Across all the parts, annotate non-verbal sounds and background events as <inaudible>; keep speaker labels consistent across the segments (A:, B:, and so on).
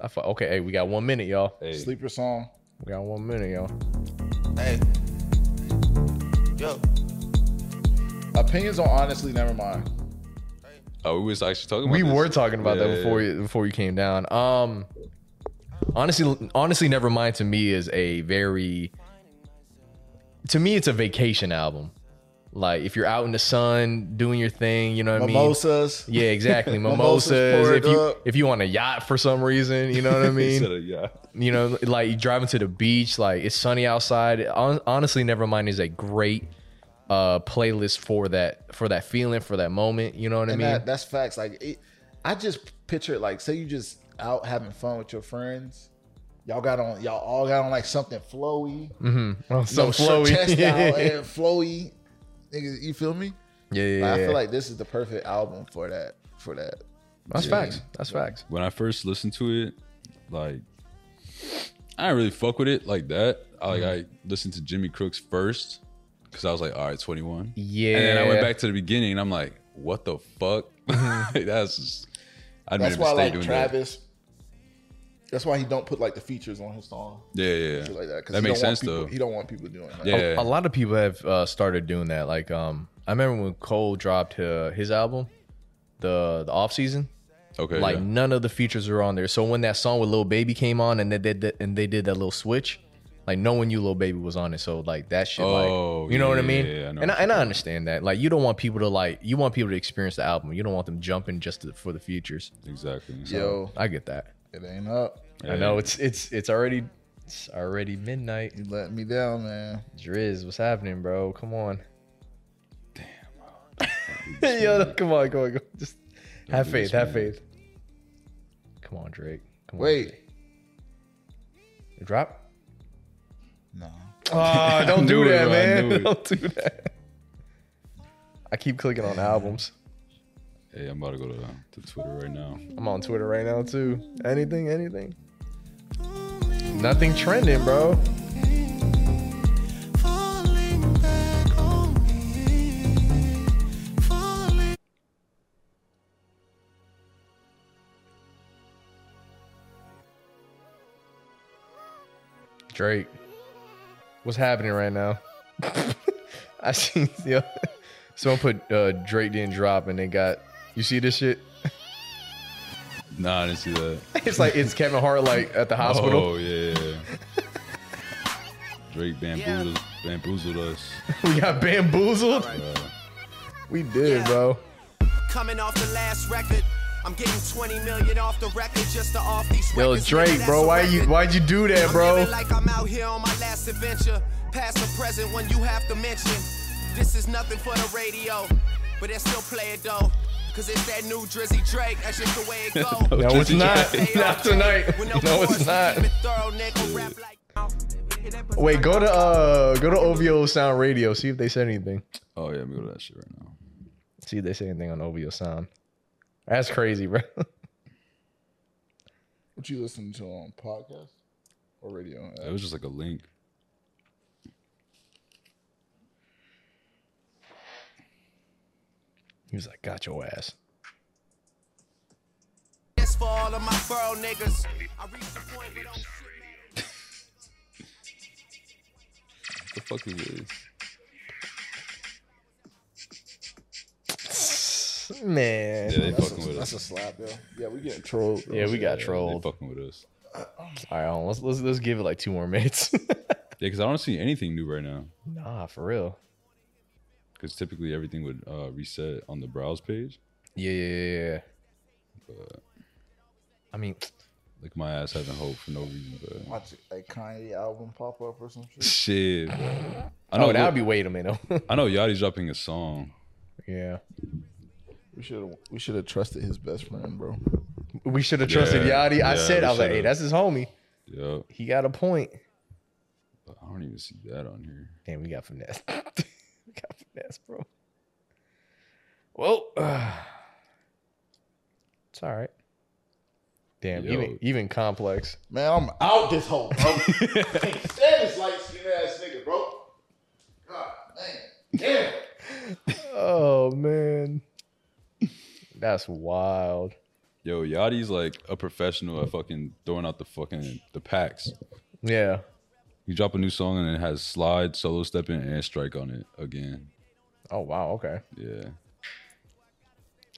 A: I fu- okay, hey, we got one minute, y'all.
B: Hey.
C: Sleeper song.
A: We got one minute, y'all.
D: Hey. Yo.
C: Opinions on honestly, never mind.
B: Oh, we was actually talking about
A: We
B: this?
A: were talking about
B: Yeah,
A: that before
B: yeah,
A: you before you came down. Um, honestly, honestly, never mind. To me, is a very to me, it's a vacation album. Like if you're out in the sun doing your thing, you know what I mean.
C: Mimosas.
A: Yeah,
C: <laughs>
A: exactly.
C: Mimosas
A: Mimosas.
C: poured
A: if you
C: up.
A: if you on a yacht for some reason, you
B: <laughs>
A: know what I
B: yeah.
A: mean.
B: Instead of- yeah.
A: you know, like you driving to the beach, like it's sunny outside. Hon- Honestly, Nevermind is a great uh playlist for that for that feeling for that moment. You know what I
C: and
A: mean?
C: that, that's facts. Like, it, I just picture it like, say you just out having fun with your friends. Y'all got on, y'all all got on like something flowy,
A: Oh, so
C: You know,
A: flowy.
C: chest
A: <laughs>
C: out
A: yeah, yeah,
C: and flowy. Niggas, you feel me?
A: yeah.
C: Like, I
A: yeah.
C: feel like this is the perfect album for that. For that,
A: that's facts. That's facts.
B: when I first listened to it, like I didn't really fuck with it like that. I, like I
A: Mm-hmm.
B: listened to Jimmy Crooks first because I was like, all right, 21.
A: Yeah. Mm-hmm.
B: And then I went back to the beginning and I'm like, what the fuck? <laughs> Like, That's just, I made
C: that's
B: a
C: why I
B: mistake
C: like
B: doing
C: Travis. That's why he don't put like the features on his song,
B: that. Yeah, yeah,
C: shit
B: yeah.
C: like that. 'cause
B: that
C: he
B: makes
C: don't want
B: sense
C: people-
B: though.
C: He don't want people doing that.
B: Yeah.
A: A lot of people have uh, started doing that. Like, um, I remember when Cole dropped uh, his album, the the off season.
B: Okay.
A: like
B: yeah.
A: none of the features were on there. So when that song with Lil Baby came on and they did that, and they did that little switch, like no one knew Lil Baby was on it. So like that shit,
B: Oh,
A: like you know what I
B: yeah,
A: mean?
B: yeah, yeah, I know
A: and
B: what
A: I, and I understand that. Like you don't want people to like you want people to experience the album. You don't want them jumping just to, for the features.
B: Exactly. So,
C: Yo,
A: I get that.
C: it
A: <laughs>
C: ain't up.
A: I know it's it's it's already it's already midnight.
C: You let me down, man.
A: Drizz, what's happening, bro? Come on. Damn. Yo, come on, come on, come on. Just have
B: do
A: faith,
B: this,
A: have
B: man.
A: faith. Come on, Drake. Come on,
C: Wait,
A: Drop.
C: no.
B: <laughs>
A: Oh, don't do
B: knew it,
A: that,
B: bro. I knew
A: man.
B: it.
A: <laughs> Don't do that. I keep clicking on albums.
B: Hey, I'm about to go to, to Twitter right now.
A: I'm on Twitter right now too. Anything, anything. Nothing trending, bro. Drake, what's happening right now? <laughs> I seen <laughs> yo. Someone put uh, Drake didn't drop, and they got. You see this shit?
B: Nah, I didn't see that.
A: <laughs> It's like it's Kevin Hart like at the hospital.
B: Oh, yeah. yeah, yeah. Drake bamboozled, bamboozled
A: <laughs>
B: us.
A: We got bamboozled. We did, bro.
E: Coming off the last record, I'm getting 20 million off the record just to off these
A: Yo,
E: records.
A: Drake,
E: Nigga,
A: bro,
E: that's a
A: why you
E: record.
A: why'd you do that,
E: I'm
A: bro?
E: living like I'm out here on my last adventure. Past or present one you have to mention. This is nothing for the radio, but they still play it though. Cause it's that new Drizzy Drake, that's just the way it
A: <laughs>
E: go.
A: No, it's
B: Drizzy
A: not.
E: Stay
A: Not
E: off
A: tonight.
E: track with
A: No, it's
E: course,
A: not.
E: keep it thorough, nigga, rap like-
A: Wait, go to uh go to OVO Sound Radio. See if they said anything.
B: Oh, yeah, let me go to that shit right now.
A: See if they say anything on OVO Sound. That's crazy, bro. <laughs>
C: What you listening to on podcast or radio?
B: It was just like a link.
A: He was like, got your ass.
E: That's for all of my borough niggas. I reached the point where don't shit matter.
B: What the fuck is this?
A: Man.
B: Yeah, they
C: That's, a,
B: fucking with
C: that's
B: us.
C: a slap, yo. Yeah, we getting trolled. Bro.
A: Yeah, we got
B: They
A: trolled.
B: fucking with us.
A: All right, hold on. let's let's let's give it like two more minutes. <laughs>
B: Yeah, because I don't see anything new right now.
A: nah, for real.
B: Because typically everything would uh, reset on the browse page.
A: Yeah, yeah, yeah, yeah.
B: But
A: I mean,
B: like my ass having hope for no reason. But
C: Watch a Kanye album pop up or some shit.
B: shit, bro. I know.
A: oh, that
B: look,
A: would be wait a minute.
B: I know Yachty's dropping a
A: <laughs>
B: song.
A: <laughs> yeah.
C: We should have we should have trusted his best friend, bro.
A: We should have trusted
B: Yeah,
A: Yachty. I
B: yeah,
A: said,
B: we
A: I was like, hey,
B: should've.
A: that's his homie.
B: Yep.
A: He got a point.
B: But I don't even see that on here.
A: Damn, we got finesse. <laughs> we got finesse, bro. Well, <sighs> it's all right. Damn,
B: Yo.
A: even even complex.
C: Man, I'm out this hole, bro.
B: <laughs>
A: <laughs>
C: Can't stand this light skinned ass nigga, bro. God, man. Damn.
A: Oh man, that's wild.
B: Yo, Yachty's like a professional at fucking throwing out the fucking the packs.
A: Yeah.
B: You drop a new song and it has slide, solo step, and airstrike on it again.
A: Oh wow. Okay.
B: Yeah.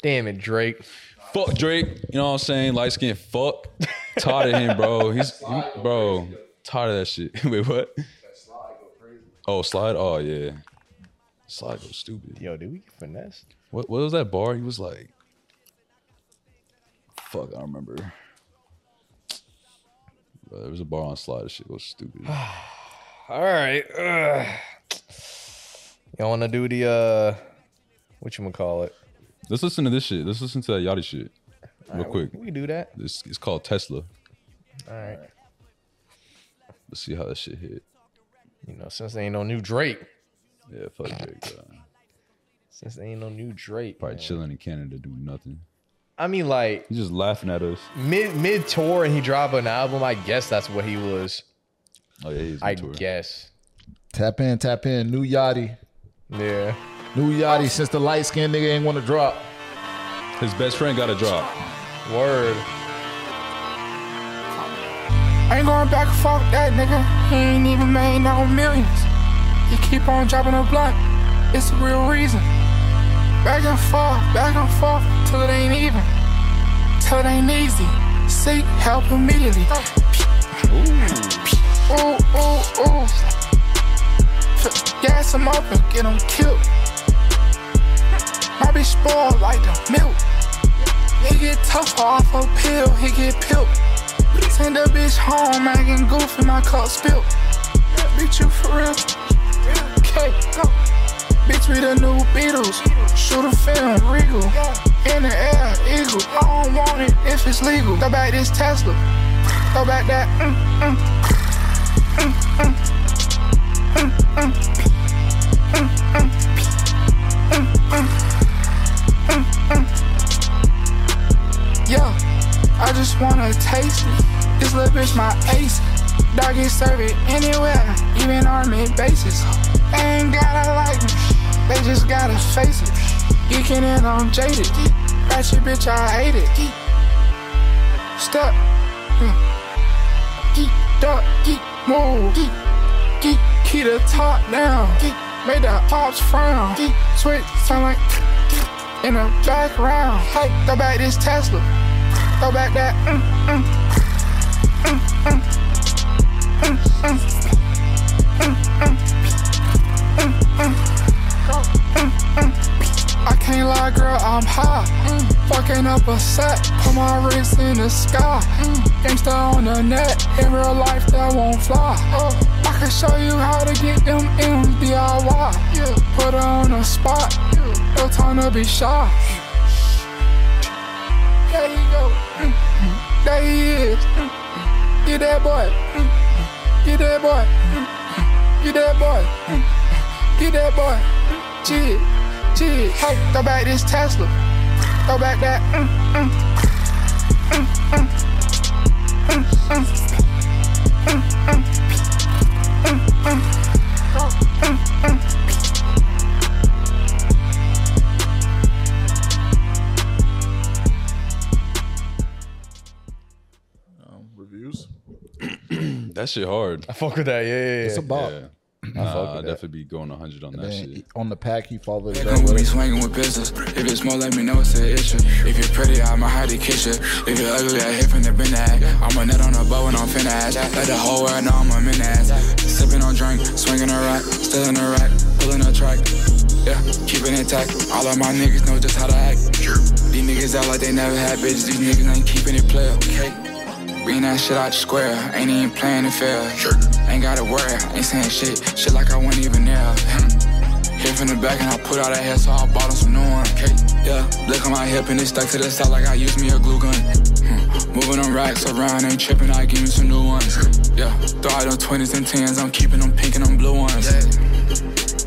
A: Damn it, Drake.
B: Fuck Drake. You know what I'm saying? Light skin. Fuck. Tired of him, bro. He's he- bro. Tired of that shit. <laughs> Wait, what? Oh, slide. Oh yeah. Slide goes stupid.
A: Yo, did we get finessed?
B: What what was that bar? He was like, fuck, I don't remember. Bro, there was a bar on slide. That shit was
A: <sighs>
B: stupid.
A: All right. Ugh. Y'all want to do the uh, what you gonna call it?
B: Let's listen to this shit. Let's listen to that Yachty shit real quick.
A: We can do that.
B: It's, it's called Tesla.
A: All right.
B: Let's see how that shit hit.
A: You know, since there ain't no new Drake,
B: Yeah, fuck Drake. Bro.
A: since there ain't no new Drake,
B: Probably
A: man.
B: chilling in Canada doing nothing.
A: I mean, like
B: He's just laughing at us.
A: mid mid tour, and he dropped an album. I guess that's what he was.
B: Oh yeah, he's on
A: I
B: tour.
A: guess.
F: Tap in, tap in. New Yachty.
A: Yeah.
F: New Yachty since the light skinned nigga ain't want to drop.
B: His best friend got a drop.
A: Word.
G: I ain't going back and fuck that nigga. He ain't even made no millions. He keep on dropping a blunt. It's the real reason. Back and forth, back and forth, till it ain't even. Till it ain't easy. Seek help immediately. Ooh, ooh, ooh. F- Gas him up and get him killed. My bitch spoiled like the milk. He get tough off a pill, he get pilled. Send a bitch home, acting goofy, my cup spilled. Bitch, you for real? Okay, go. Bitch, we the new Beatles. Shoot a film, regal. In the air, eagle. I don't want it if it's legal. Throw back this Tesla. Throw back that. Mm, mm. Mm, mm. Mm, mm. Mm, mm. Mm, mm. Mm, mm. Yeah, I just wanna taste it. This little bitch my ace. Dog get serve it anywhere, even army bases. They ain't gotta like me, they just gotta face it. Geeking in, I'm jaded. Ratchet bitch, I hate it. Step, geek, duck, geek, move, geek, geek, key the top down, geek, made the ops frown, geek, switch, sound like in the background. Hey, throw back this Tesla, throw back that, mm, mm, mm, mm, mm, mm, mm, mm, mm, mm, mm, mm. I can't lie, girl, I'm high. Fucking up a set, put my wrist in the sky. Gangsta on the net, in real life that won't fly. I can show you how to get them M's DIY. Put her on the spot, no time to be shy. There you go, Mm, mm. there he is. Mm, mm. Get that boy, Mm, mm. get that boy, Mm, mm. get that boy, Mm, mm. get that boy. Gee, gee, hey, throw back this Tesla, throw back that. Mm, mm. Mm, mm. Mm, mm. Mm, mm. Mm, mm. Mm, mm.
F: Um, reviews.
B: That shit hard.
A: I fuck with that. Yeah. yeah,
F: It's
A: yeah.
F: a bop.
B: Yeah.
A: fuck with
B: Nah, I'd
A: that.
B: definitely be going 100 on that
F: Man,
B: shit.
F: on the pack, he followed it up
G: Come with me
F: with.
G: swinging with pistols. If it's small, let me know it's an issue. If you're pretty, I'ma hide the kiss you. If you're ugly, I hit from the bin ass. I'm a nut on a bow and I'm finna ass. Let the whole world know I'm a menace. Sipping on drink, swinging a rack, still in a rack, pulling a track. Yeah, keep it intact. All of my niggas know just how to act. These niggas act like they never had bitches. These niggas ain't keeping it player, okay? Reading that shit out the square, ain't even playing it fair. Ain't gotta worry, ain't saying shit, shit like I wasn't even there. Hmm. Hit from the back and I put out that head, so I bought him some new one. Okay, yeah, look on my hip and it stuck to the side like I used me a glue gun. Hmm. Moving them racks around, ain't tripping, I give me some new ones. Yeah, throw out them 20s and 10s, I'm keeping them pink and them blue ones.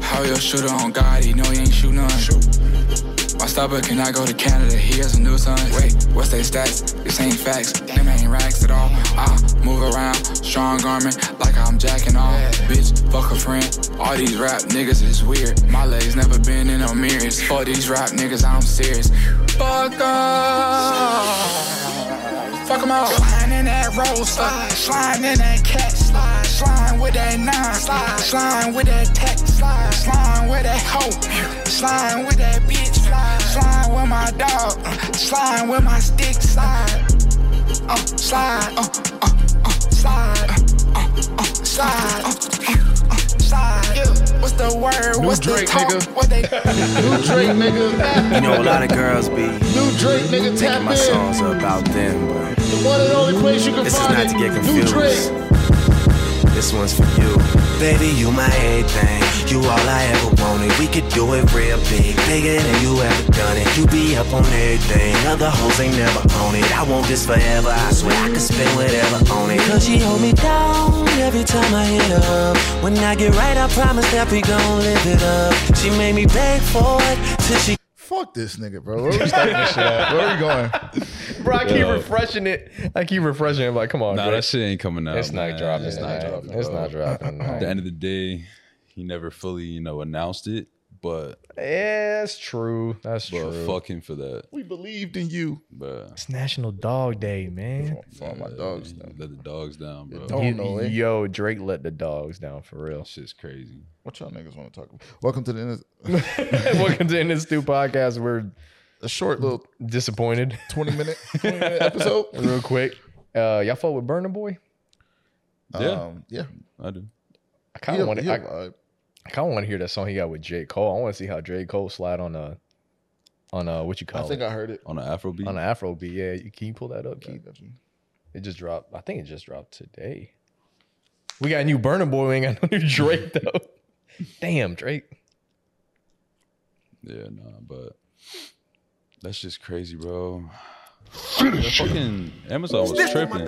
G: How your shooter on God, he know he ain't shoot none. My stopper cannot go to Canada, he has a new son. Wait, what's they stats? This ain't facts, them ain't racks at all. I move around, strong arming like I'm jacking off. Bitch, fuck a friend. All these rap niggas is weird. My legs never been in no mirrors. Fuck these rap niggas, I'm serious. Fuck up. Fuck 'em all. Slide in that roll slide. Slide in that cat slide. Slide with that nine slide. Slide with that tech slide. Slide with that hoe. Slide with that bitch slide. Slide with my dog. Slide with my stick slide. Uh, slide. Uh, uh, uh, slide. Uh, uh, uh, slide. Uh, uh, uh, slide. Yeah. What's the word? What's
C: Drake,
G: the talk?
C: nigga.
G: What they
C: <laughs> New Drake, nigga.
H: You know, a lot of girls be
C: New Drake, nigga. Tap
H: thinking my
C: in.
H: songs are about them, but
C: The one and only place you can
H: This is
C: find
H: not
C: it.
H: to get
C: New
H: confused.
C: Drake.
H: this one's for you. Baby, you my everything. You all I ever wanted. We could do it real big, bigger than you ever done it. You be up on everything. Other hoes ain't never on it. I want this forever. I swear I could spend whatever on it.
F: Cause she hold me down every time I hit her up. When I get right, I promise that we gon' live it up. She made me beg for it till she
C: Fuck this nigga, bro. Where we starting this shit at? Where we going?
A: <laughs> Bro, I keep
B: Yo.
A: refreshing it. I keep refreshing it. I'm like, come on,
B: Nah,
A: Drake.
B: that shit ain't coming out.
A: it's not
B: man.
A: dropping.
B: It's not
A: man.
B: dropping.
A: It's
B: bro.
A: not <laughs> dropping.
B: At the end of the day, he never fully, you know, announced it, but
A: yeah, that's true. That's
B: but
A: true.
B: fuck him for that.
C: We believed in you.
B: But
A: It's National Dog Day, man.
C: For my dogs.
B: let the dogs down, bro.
C: Dog- Oh, no, eh?
A: Yo, Drake let the dogs down for real.
B: That shit's crazy.
C: What y'all niggas want to talk about? Welcome to the end
A: <laughs>
C: of
A: Welcome to In This New Podcast. We're
C: a short little
A: disappointed
C: 20
A: <laughs>
C: minute, 20 minute episode.
A: real quick. Uh, y'all fought with Burner Boy?
B: Yeah.
C: Um, yeah.
B: I do.
A: I
C: He
A: kind of
C: a-
A: want
C: he
A: to.
C: a
A: I,
C: vibe.
A: kind of want to hear that song he got with J Cole. I want to see how J Cole slide on a on a what you
C: I
A: call
C: think
A: it
C: I heard it.
B: On an Afro beat.
A: on an Afro beat. Yeah, you- can you pull that up, Keith? It just dropped. I think it just dropped today. We got a new Burner Boy. We ain't got no new Drake though. <laughs> Damn, Drake.
B: Yeah, nah, but that's just crazy, bro. That fucking Amazon was tripping.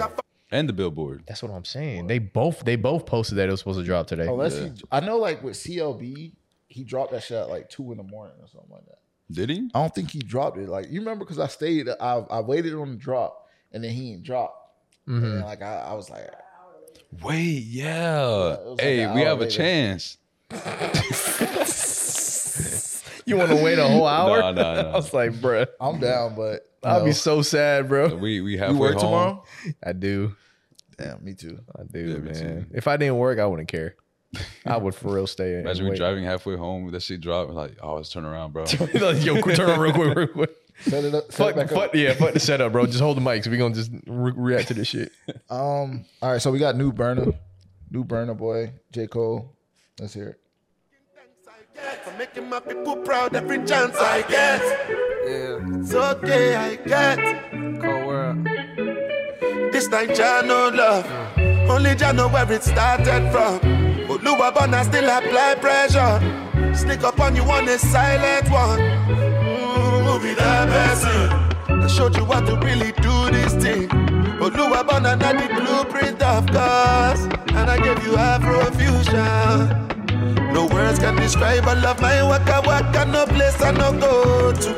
B: And the billboard.
A: That's what I'm saying. They both they both posted that it was supposed to drop today.
C: Unless he, I know, like with CLB, he dropped that shit at like two in the morning or something like that.
B: Did he?
C: I don't think he dropped it. Like you remember, because I stayed, I, I waited on the drop, and then he didn't drop. And
A: Mm-hmm.
C: then, like I, I was like, <laughs>
B: Wait, yeah.
C: was like
B: Hey,
C: an
B: we
C: hour
B: have a
C: later.
B: chance.
A: You want to wait a whole hour?
B: Nah, nah, nah.
A: <laughs> I was like, bruh,
C: I'm down, but you
A: I'd
C: know,
A: be so sad, bro.
B: We we have
C: you work tomorrow.
A: I do,
C: Damn, me too.
A: I do,
B: Yeah, me too.
A: man. If I didn't work, I wouldn't care. I would for real stay. and
B: Imagine we
A: wait.
B: driving halfway home, that shit dropped. Like, oh, let's turn around, bro.
A: Like, Yo, quick, turn on real quick, real quick.
C: Set it up. Set
A: Fuck,
C: it back
A: fuck, yeah, fuck the setup, bro. Just hold the mics. We gonna just re- react to this shit.
C: up. Um. All right, so we got new burner, new burner boy, J Cole. Let's hear it.
I: For making my people proud every chance I get. It's okay, I get.
H: Cold world.
I: This time, Jah no love. Only Jah know where it started from. But I still apply pressure. Sneak up on you on a silent one. Mm, be that person. I showed you how to really do this thing. But Luwabana not the blueprint of course. And I gave you Afrofusion. No words can describe all of my waka waka, no place I no go to.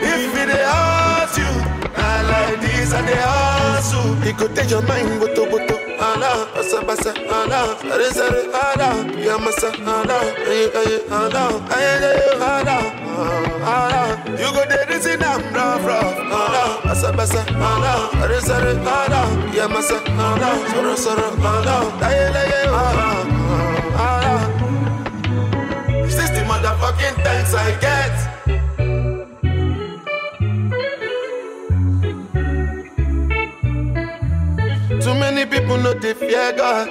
I: If it dey hurt you, I like this and they hustle. It could take your mind, but to but to Allah, basa basa Allah, sare sare Allah, ya masa Allah, aye aye Allah, aye aye Allah, Allah. You go there reason I'm rough rough Allah, basa basa Allah, sare sare Allah, ya masa Allah, soro soro Allah, aye aye ah, Allah, Allah. Is this the motherfucking thanks I get? Too many people know they fear God.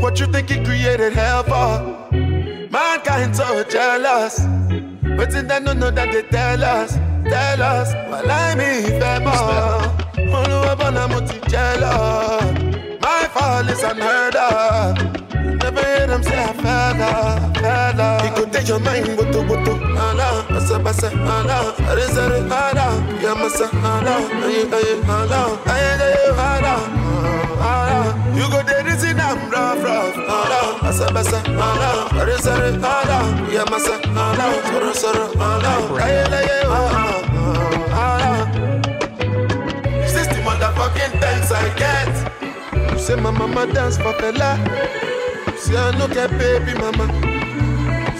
I: What you think he created hell for? Mankind so jealous. But in that no know that they tell us, tell us. While I me fair more. Only one I'm not jealous. My fall is unheard of. Never hear them say I fell off, fell off. He could take your mind, but to but to Allah, basa basa Allah, sare sare Allah, ya masa Allah, aye aye Allah, aye aye Allah, Allah. You go there reason I'm rough rough Allah, basa basa Allah, sare sare Allah, ya masa Allah, soro soro Allah, aye aye Allah, Allah. Is this the motherfucking thanks I get? Say my mama dance for fella. Say I no get baby mama.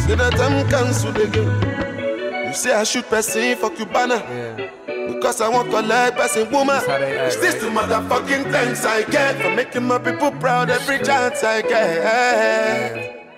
I: Say that I'm cancelled again. You say I shoot person for Cubana. Because I want collect person woman.
J: how they act,
I: Is this the motherfucking thanks I get for making my people proud every chance I get?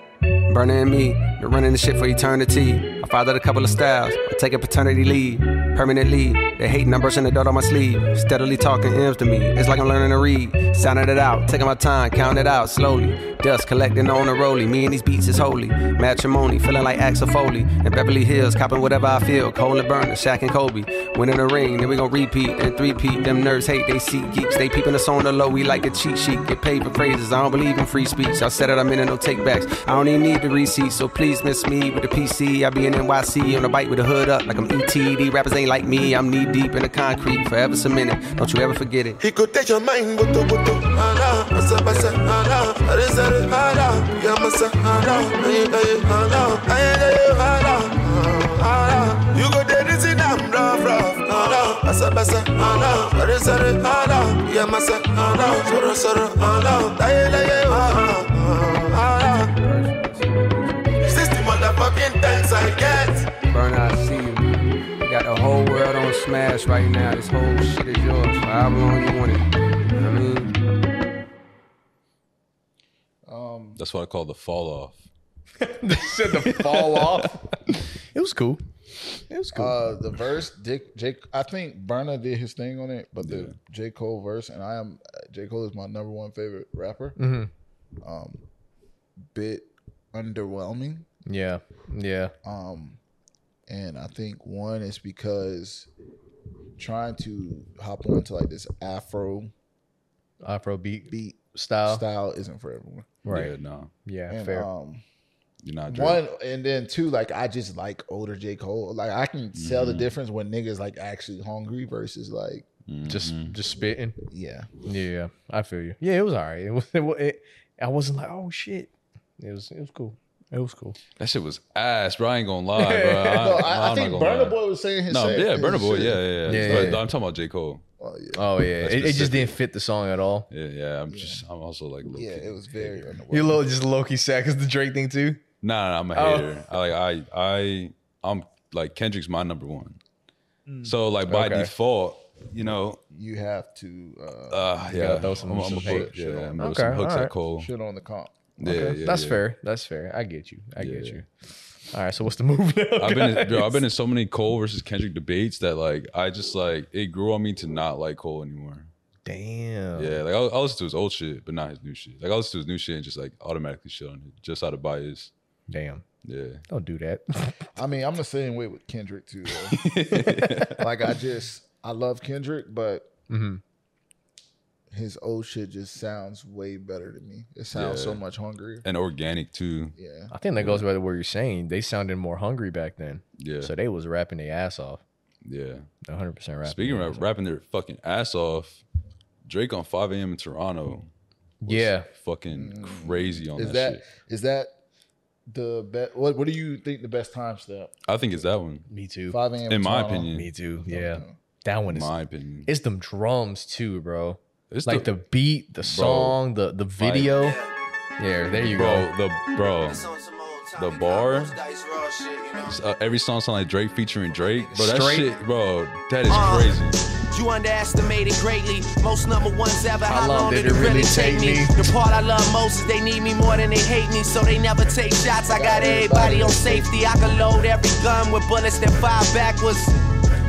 J: Burner and me, been running this shit for eternity. I fathered a couple of styles, I'm taking paternity leave permanently. They hate numbers and the dirt on my sleeve. Steadily talking M's to me, it's like I'm learning to read. Sounding it out, taking my time, counting it out slowly. Dust collecting on the rollie, me and these beats is holy. Matrimony, feeling like Axel Foley. In Beverly Hills, copping whatever I feel. Cole and Burner, Shaq and Kobe. Winning the ring, then we gon' repeat and three-peat. Them nerds hate, they see geeks. They peeping us on the low, we like a cheat sheet. Get paid for praises, I don't believe in free speech. I said it, I'm in it, no take backs. I don't even need the receipt, so please miss me with the PC. I be in NYC on a bike with the hood up like I'm ETD. Rappers ain't like me, I'm knee deep in the concrete. Forever cemented, don't you ever forget it.
I: He could take your mind, go to go to Hana, Masa Masa Hana, Rizal Hana, Yamasa Hana, Ayayi Hana, Ayayi Hana, Hana. You go there, this is damn rough, rough, Hana, Masa Masa Hana, Rizal Hana, Yamasa Hana, Soro Soro Hana, Ayayi Hana, Hana. Is this the motherfucking thanks I get?
J: Burner, I see you. You got the whole world on smash right now. This whole shit is yours. However long you want it. You know what I mean?
A: Um,
B: That's what I call the fall off.
A: they said the fall off.
C: <laughs>
A: It was cool. It was cool.
F: Uh, the verse, Dick, Jake. I think Burner did his thing on it, but the J Cole verse, and I am J Cole is my number one favorite rapper.
A: Mm-hmm.
F: Um, bit underwhelming,
A: yeah, yeah.
F: Um, and I think one is because trying to hop onto like this Afro
A: Afro beat
F: beat
A: style.
F: style isn't for everyone.
A: Right.
B: Yeah, no,
A: Yeah.
F: And,
A: fair.
F: Um,
B: you're not. Drake.
F: one and then two, like I just like older J Cole. Like I can tell
B: Mm-hmm.
F: the difference when niggas like actually hungry versus like
A: just
B: Mm-hmm.
A: just spitting.
F: yeah.
A: Yeah, I feel you. Yeah, it was all right. It was. <laughs> It, wa- it, I wasn't like, oh shit. It was. It was cool. It was cool.
B: That shit was ass, bro. I ain't gonna lie, bro. I,
F: No,
B: am
F: I, I
B: not
F: think
B: gonna
F: Burner
B: lie.
F: Boy was saying his
B: No,
F: same-
B: yeah,
F: his
B: Burner Boy,
F: shit.
B: yeah, yeah, yeah.
A: Yeah,
B: But
A: yeah, yeah.
B: I'm talking about J. Cole.
F: Oh, yeah.
A: Oh yeah,
B: That's
A: it, it just
B: specific.
A: didn't fit the song at all.
B: Yeah, yeah. I'm just, I'm also like, a little
F: Yeah,
B: kid.
F: it was very
A: You
F: underwhelming.
A: little just low key sad because the Drake thing too.
B: Nah, nah, I'm a
A: Oh.
B: hater. I like I I I'm like Kendrick's my number one. So like by
A: Okay.
B: default, you know,
F: You have to uh,
B: uh, yeah,
A: throw some-
B: I'm, I'm
A: some
B: a
A: hate.
B: book, yeah, I'm gonna throw
A: Okay,
B: some hooks
A: alright.
B: at Cole.
C: <laughs>
F: shit on the comp.
B: Yeah, yeah,
A: That's
B: yeah.
A: fair. That's fair. I get you. I get
B: Yeah.
A: you. All right. So what's the move <laughs> now?
B: I've been in,
A: guys?
B: bro, I've been in so many Cole versus Kendrick debates that like I just like it grew on me to not like Cole anymore.
A: Damn.
B: Yeah, like I'll, I'll listen to his old shit, but not his new shit. Like I'll listen to his new shit and just like automatically shit on it, just out of bias.
A: Damn.
B: Yeah,
A: Don't do that.
F: <laughs> I mean, I'm the same way with Kendrick too. Though.
A: <laughs>
F: like I just I love Kendrick, but
A: Mm-hmm.
F: his old shit just sounds way better to me. It sounds so
B: Yeah.
F: much hungrier.
B: and organic too.
F: Yeah.
A: I think that goes by the word you're saying. They sounded more hungry back then.
B: Yeah,
A: So they was rapping their ass off.
B: yeah.
A: 100 percent rapping.
B: Speaking
A: their
B: of
A: ass
B: rap- rapping their fucking ass off, Drake on 5 a.m. in Toronto.
A: off. yeah. Mm.
B: Fucking crazy on
F: Is
B: that,
F: that
B: shit.
F: is that the best? What What do you think the best time step?
B: I think it's that one.
A: Me too.
F: Five a.m.
B: In my
F: Toronto?
B: opinion.
A: Me too. Yeah. That one
B: In
A: is
B: my opinion.
A: it's them drums too, bro.
B: It's
A: like the, beat, the song, the the video. yeah, there you
B: bro, the bro.
E: The
B: bar?
E: bar.
B: Uh, every song sound like Drake featuring Drake. Bro, that
A: Straight-
B: shit, bro, that is
E: Uh,
B: crazy.
E: You underestimated greatly. Most number ones ever. How,
A: long did it really take me?
E: The part I love most is they need me more than they hate me, so they never take shots. I got everybody on safety. I can load every gun with bullets that fire backwards.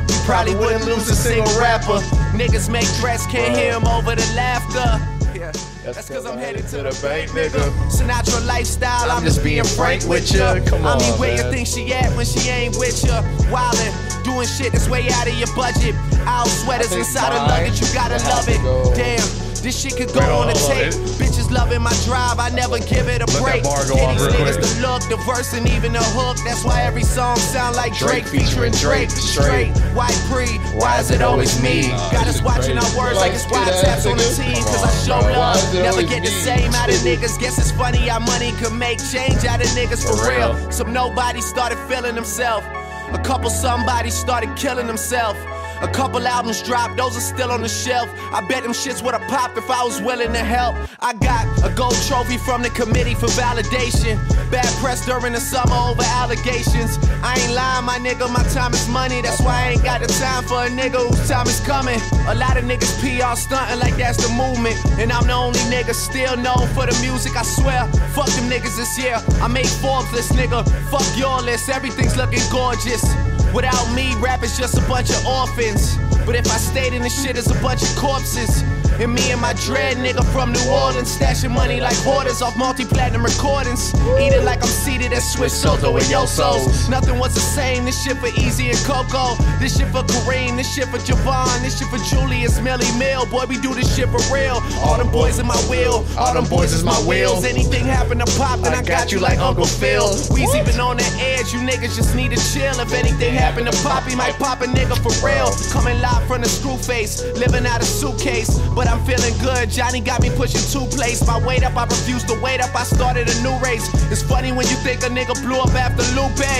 E: You probably wouldn't lose a single rapper. Niggas make threats, can't hear 'em over the laughter. Yeah. That's cause I'm headed to the bank, nigga. Sinatra lifestyle, I'm, just being frank with ya.
A: Come
E: I mean,
A: on,
E: where
A: man.
E: you think she at when she ain't with ya? Wildin', doing shit that's way out of your budget. Owl sweaters
F: think
E: inside her
F: mine
E: luggage, you gotta
F: would have
E: love
F: to
E: it.
F: go-
E: Damn, this shit could go on a tape. Bitches loving my drive, I never give it a
A: that
E: break.
A: bar go
E: Get
A: off
E: these
A: real
E: niggas
A: quick.
E: the look, the verse, and even the hook. That's why every song sound like
A: Drake
E: Drake, featuring Drake. Straight, white pre, why is it always me?
B: Nah,
E: Got us
B: shit
E: watching our
B: crazy.
E: words like it's
F: Like,
E: wide
F: shit ass
E: taps on the
F: niggas.
E: team. Cause
F: Come
E: I
F: on,
E: show
F: bro. Why
E: love,
F: is it
E: never
F: always
E: get the
F: me?
E: same
F: <laughs>
E: out of niggas. Guess it's funny how money could make change out of niggas for,
A: For
E: real.
A: real.
E: Some nobody started feeling himself. A couple somebody started killing himself.
F: A couple albums dropped, those are still on the shelf. I bet them shits would've popped if I was willing to help. I got a gold trophy from the committee for validation. Bad press during the summer over allegations. I ain't lying, my nigga, my time is money. That's why I ain't got the time for a nigga whose time is coming. A lot of niggas PR stunting like that's the movement. And I'm the only nigga still known for the music, I swear. Fuck them niggas this year. I made Forbes list, nigga. Fuck your list, everything's looking gorgeous. Without me, rap is just a bunch of orphans. But if I stayed in this shit, it's a bunch of corpses. And me and my dread nigga from New Orleans, stashing money like hoarders off multi platinum recordings. Eating like I'm seated at Swiss Soto and Yo So's. Nothing was the same. This shit for Easy and Coco. This shit for Kareem. This shit for Javon. This shit for Julius Millie Mill. Boy, we do this shit for real. All them boys in my wheel. All them boys is my wheels. Anything happen to pop, then I got you like Uncle Phil. We's even on the edge. You niggas just need to chill. If anything happen to pop, he might pop a nigga for real. Coming live from the screw face. Living out a suitcase. But I'm feeling good. Johnny got me pushing two plates. My weight up, I refuse to wait up. I started a new race. It's funny when you think a nigga blew up after Lupe.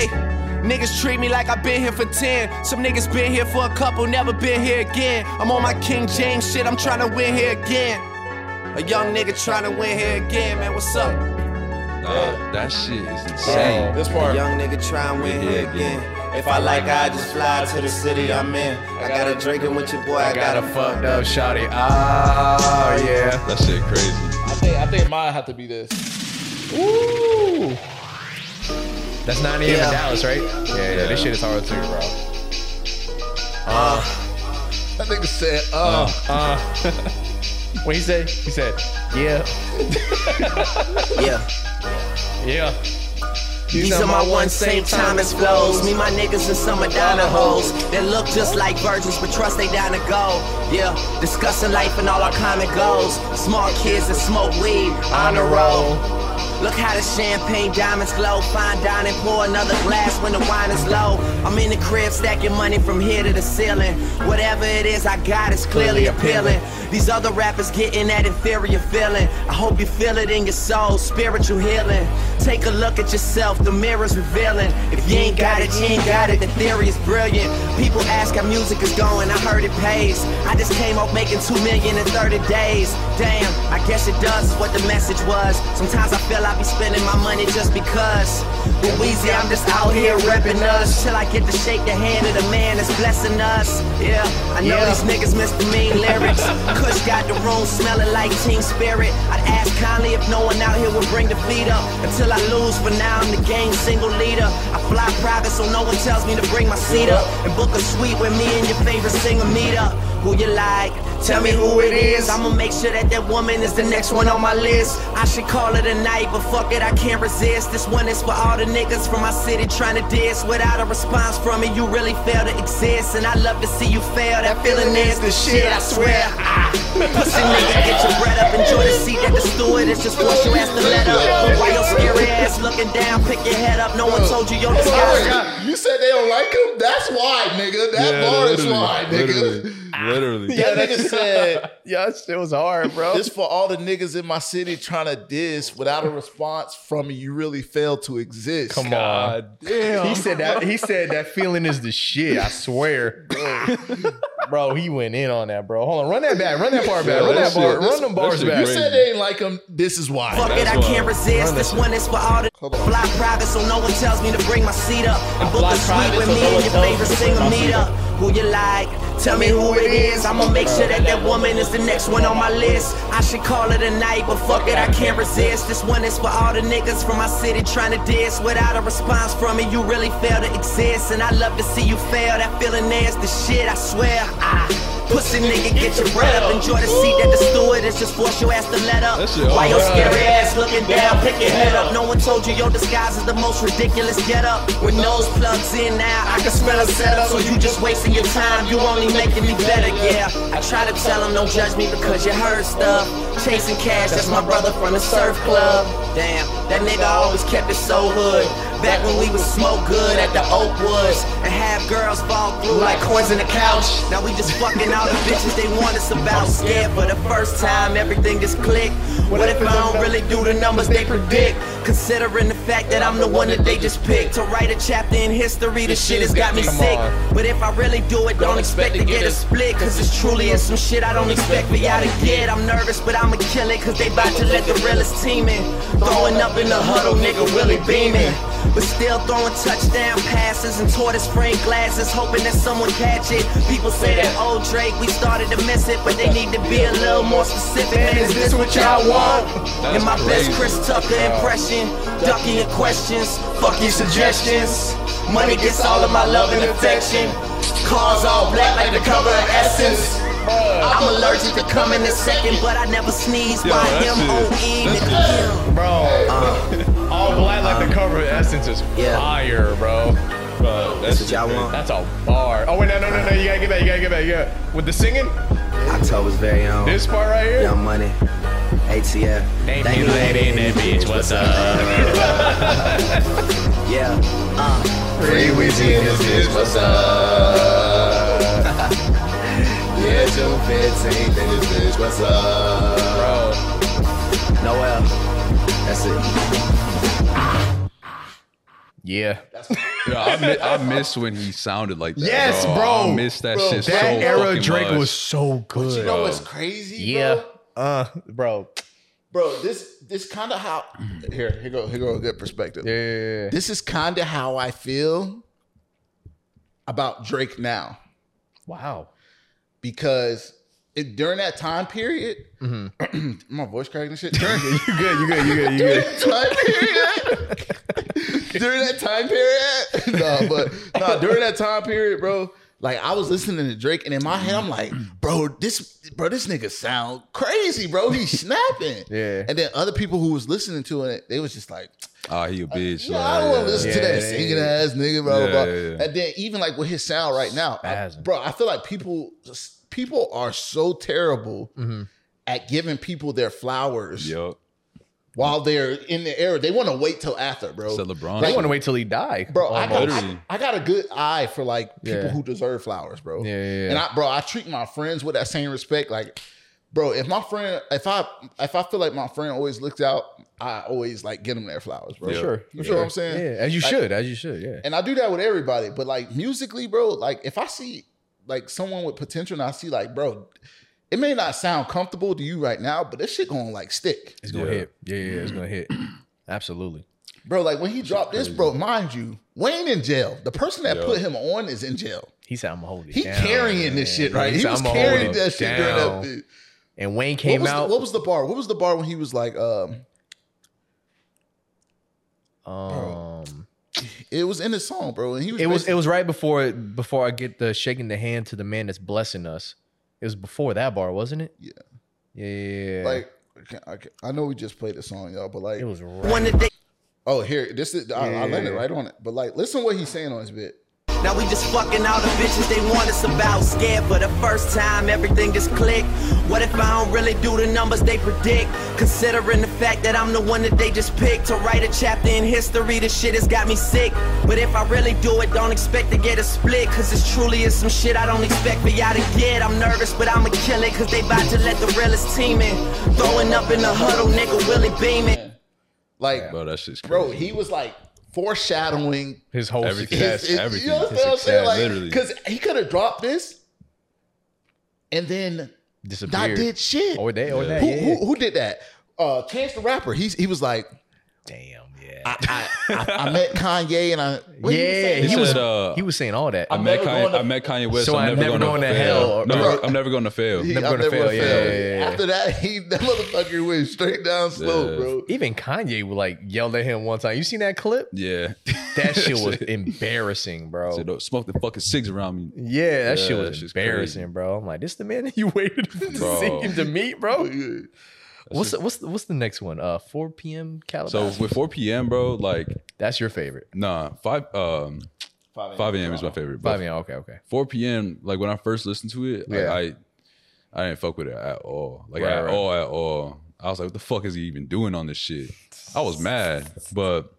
F: Niggas treat me like I've been here for 10. Some niggas been here for a couple, never been here again. I'm on my King James shit, I'm trying to win here again. A young nigga trying to win here again, man, what's up?
B: Nah, Oh, that shit is insane.
C: This
F: A
C: part.
F: Oh, young nigga try and win here again. If I like her, I just fly to the city I'm in. I got to drink it with your boy, I got to fucked up shawty. Ah, yeah.
B: That shit crazy.
E: I think I think mine had to be this.
A: Ooh. That's 9 a.m.
F: Yeah.
A: in Dallas, right? Yeah, yeah, This shit is hard too, bro.
F: Uh.
C: That nigga said, uh,
A: What uh. he say? He said, yeah,
F: Yeah.
A: <laughs> yeah.
F: These are my one St. Thomas flows. Me, my niggas in some Madonna hoes. They look just like virgins, but trust they down to go. Yeah, discussing life and all our common goals. Smart kids that smoke weed on the road. Look how the champagne diamonds glow. Fine dining, pour another glass when the wine is low. I'm in the crib stacking money from here to the ceiling. Whatever it is I got is clearly appealing. These other rappers getting that inferior feeling. I hope you feel it in your soul, spiritual healing. Take a look at yourself, the mirror's revealing. If you ain't got it, you ain't got it. The theory is brilliant. People ask how music is going, I heard it pays. I just came off making 2 million in 30 days. Damn, I guess it does is what the message was. Sometimes I feel I be spending my money just because. But Weezy, I'm just out here repping us. Till I get to shake the hand of the man that's blessing us. Yeah, I know these niggas miss the mean lyrics. Kush got the room smelling like team spirit. I'd ask Conley if no one out here would bring the fleet up. Until I lose, for now I'm the game's single leader. I fly private so no one tells me to bring my seat up. And book a suite where me and your favorite singer meet up. Who you like? Tell me who it is. I'ma make sure that that woman is the next one on my list. I should call it a night, but fuck it, I can't resist. This one is for all the niggas from my city trying to diss. Without a response from me, you really fail to exist. And I love to see you fail. That feeling is the shit, I swear. Ah. Pussy nigga, get your bread up. Enjoy the seat that the steward is just force your ass to let up. Why your scary ass looking down? Pick your head up. No one told you your
C: oh my
F: disguise.
C: God. You said they don't like him? That's why, nigga. That bar is why, nigga.
B: literally,
C: <laughs>
B: literally.
E: That nigga said
A: Yeah, that shit was hard, bro.
C: This for all the niggas in my city trying to diss without a response from me. You really fail to exist.
A: Come on. Damn. He said that. He said that feeling is the shit. I swear, bro. He went in on that, bro. Hold on, run that back. Run that part back.
B: Yeah,
A: Run
B: that
A: that bar.
B: shit-
A: Run them
B: that
A: bars
B: shit
A: back.
C: You said they ain't like him. This is why.
F: Fuck it, I
B: why.
F: can't resist. This one is for all the fly private, so no one tells me to bring my seat up. And book
E: fly
F: a suite
E: private,
F: with
E: so
F: me
E: no
F: and
E: one
F: your
E: tells
F: favorite
E: me to
F: singer
E: bring my
F: meet
E: seat
F: up. Who you like? Tell me who it is. I'ma make sure that that woman is the next one on my list. I should call it a night, but fuck it, I can't resist. This one is for all the niggas from my city trying to diss. Without a response from me, you really fail to exist. And I love to see you fail. That feeling there is the shit, I swear. Ah. Pussy nigga, get your bread up. Enjoy the seat that the steward is just force your ass to let up.
B: That shit
F: Why your
B: hard.
F: scary ass looking down, pick your head up. No one told you your disguise is the most ridiculous get up. With nose plugs in now, I can smell a setup. So you just wasting your time, you only making me better, yeah. I try to tell them don't judge me because you heard stuff. Chasing cash, that's my brother from the surf club. Damn, that nigga always kept it so hood. Back when we was smoke good at the Oak Woods and have girls fall through like coins in the couch. Now we just fucking all the bitches they want us about. Scared for the first time, everything just clicked. What if I don't really do the numbers they predict? Considering the fact that I'm the one that they just picked. To write a chapter in history, this shit has got me sick. But if I really do it, don't expect to get a split. Cause it's truly is some shit I don't expect for y'all to get. I'm nervous, but I'ma kill it. Cause they bout to let the realest team in. Throwing up in the huddle, nigga, really beaming. But still throwing touchdown passes and tortoise frame glasses, hoping that someone catch it. People say that old Drake, we started to miss it, but they need to be a little more specific. Man, is this what y'all want?
B: That's
F: In my
B: crazy.
F: best Chris Tucker impression, ducking your questions, fuck your suggestions. Money gets all of my love and affection. Cars all black like the cover of Essence. I'm allergic to coming in second, but I never sneeze
B: Yo,
F: by
B: that
F: him.
B: shit-
F: O.E.
B: that
F: nigga.
A: Bro,
F: Uh,
A: all black like the cover of Essence is
F: yeah.
A: fire, bro.
B: Bro, that's
F: What y'all
B: crazy.
F: want?
A: That's a bar. Oh wait, no, no, no, no. You gotta get that. You gotta get that. You gotta... With the singing,
F: October's very own.
A: this part right here.
F: Young Money, ATF. Thank you, lady in that bitch. What's up? yeah. Uh.
C: Free Weezy in this bitch, what's up? <laughs> Yeah, 215 in this bitch, what's up?
A: Bro,
F: Noel. That's it.
A: yeah.
B: Yo, I, mi- I miss when he sounded like that.
A: Yes,
B: I
A: bro.
B: miss that
C: Bro,
B: shit so
A: That era
B: fucking
A: Drake
B: much.
A: was so good.
C: You know what's crazy?
A: yeah.
C: Bro?
A: Uh, bro.
C: Bro, this this kind of how here here go here go a good perspective.
A: Yeah, yeah, yeah.
C: This is kind of how I feel about Drake now
A: Wow.
C: because it, during that time period,
A: Mm-hmm.
C: <clears throat> my voice cracking and
A: <laughs>
C: shit. During,
A: You good? You good? You good? You good?
C: time period. <laughs> during that time period, <laughs> no, but no, during that time period, bro. Like I was listening to Drake, and in my head, I'm like, bro, this bro, this nigga sound crazy, bro. He's <laughs> snapping.
A: Yeah.
C: And then other people who was listening to it, they was just like,
B: Ah, he a bitch.
C: Uh, yeah,
B: like,
C: I don't want to listen to that
A: Yeah, yeah,
C: singing
A: yeah.
C: ass nigga, blah,
B: Yeah,
C: blah, blah.
B: yeah, yeah.
C: And then even like with his sound right now, I,
A: Spasm.
C: bro, I feel like people people are so terrible
A: Mm-hmm.
C: at giving people their flowers
B: Yup.
C: while they're in the era. They want to wait till after, bro.
B: Said LeBron.
A: They want to wait till he die.
C: Bro, I got,
B: Literally.
C: I, I got a good eye for like people
A: Yeah.
C: who deserve flowers, bro.
A: Yeah, yeah, yeah.
C: And I, bro, I treat my friends with that same respect. Like, bro, if my friend, if I, if I feel like my friend always looks out, I always like get them their flowers, bro.
B: Yeah.
A: sure.
C: you know
A: sure.
C: what I'm saying?
A: Yeah, as you
C: Like-
A: should. As you should. Yeah.
C: and I do that with everybody. But like musically, bro, like if I see like someone with potential and I see like, bro, it may not sound comfortable to you right now, but this shit gonna like stick.
A: It's gonna
B: Yeah.
A: hit. Yeah, yeah, yeah, it's gonna
C: <clears throat>
A: hit. Absolutely.
C: Bro, like when he dropped this, bro, mind you, Wayne in jail. The person that
B: Yeah.
C: put him on is in jail.
A: He said, "I'm gonna hold it."
C: He
A: down,
C: carrying this
A: man."
C: shit, right? He
A: said,
C: was
A: "I'ma
C: carrying
A: hold it
C: that shit during
A: down."
C: that bit.
A: And Wayne
C: What
A: came
C: was, the,
A: out.
C: what was the bar? What was the bar when he was like, um,
A: um,
C: it was in his song, bro. And he was
A: it was it
C: basically-
A: was right before before I get the shaking the hand to the man that's blessing us. It was before that bar, wasn't it?
C: Yeah.
A: Yeah, yeah, yeah.
C: like I can't- I, can't- I know we just played the song, y'all, but like
A: it was right.
F: One that they
C: Oh, here, this is I, I
A: Yeah.
C: landed right on it. But like, listen what he's saying on his bit.
F: Now we just fucking all the bitches they want us about. Scared for the first time, everything just click. What if I don't really do the numbers they predict? Considering the fact that I'm the one that they just picked to write a chapter in history, this shit has got me sick. But if I really do it, don't expect to get a split. Cause it's truly is some shit I don't expect for y'all to get. I'm nervous, but I'ma kill it. Cause they bout to let the realest team in. Throwing up in the huddle, nigga, Willie beaming.
C: Like,
B: Bro, that shit's crazy.
C: bro, he was like foreshadowing
A: his whole
B: Everything.
A: success.
B: Yes, everything.
C: You know what I'm
B: His
C: saying?
B: success,
C: Like,
B: literally.
C: because he could have dropped this and then not
A: disappeared.
C: did shit.
A: or that, or that.
C: who,
A: yeah, oh, yeah.
C: who, who did that? Uh, Chance the Rapper. He's he was like,
A: Damn. Yeah.
C: I, I, I, I met Kanye and I what he was
A: yeah.
C: saying?
A: He,
B: He
A: was
B: said, uh,
A: he was saying all that.
B: I met,
K: never
B: Kanye,
K: going to-
B: I met Kanye West.
A: So
B: I'm,
A: I'm
B: never
A: never
B: going
A: going to
B: fail.
A: hell, or-
B: No,
A: Bro.
B: I'm never going to fail.
C: He-
A: never
C: I'm
A: gonna fail,
C: gonna
A: yeah, yeah, yeah.
C: After that, he that motherfucker went straight down slow,
B: Yeah.
C: bro.
A: Even Kanye would like yelled at him one time. You seen that clip?
B: Yeah.
A: That
B: <laughs>
A: shit was embarrassing, bro.
B: Said, "Don't Smoke the fucking cigs around me.
A: Yeah, that shit
B: Yeah,
A: was
B: that shit's
A: embarrassing,
B: crazy.
A: bro. I'm like, this the man that you waited to
B: Bro.
A: <laughs> see him to meet,
C: <laughs>
A: bro.
B: just-
A: What's the, what's the, what's the next one? Uh, 4 p.m.
B: So
A: Calabasas.
B: with 4 p.m., bro, like,
A: That's your favorite.
B: nah, 5 um 5 a.m. is my favorite. But
A: Five a.m. Okay, okay.
B: 4 p.m. Like when I first listened to it,
A: Yeah.
B: like, I I didn't fuck with it at all. Like
A: Right,
B: at
A: right.
B: all, at all. I was like, what the fuck is he even doing on this shit? I was mad, but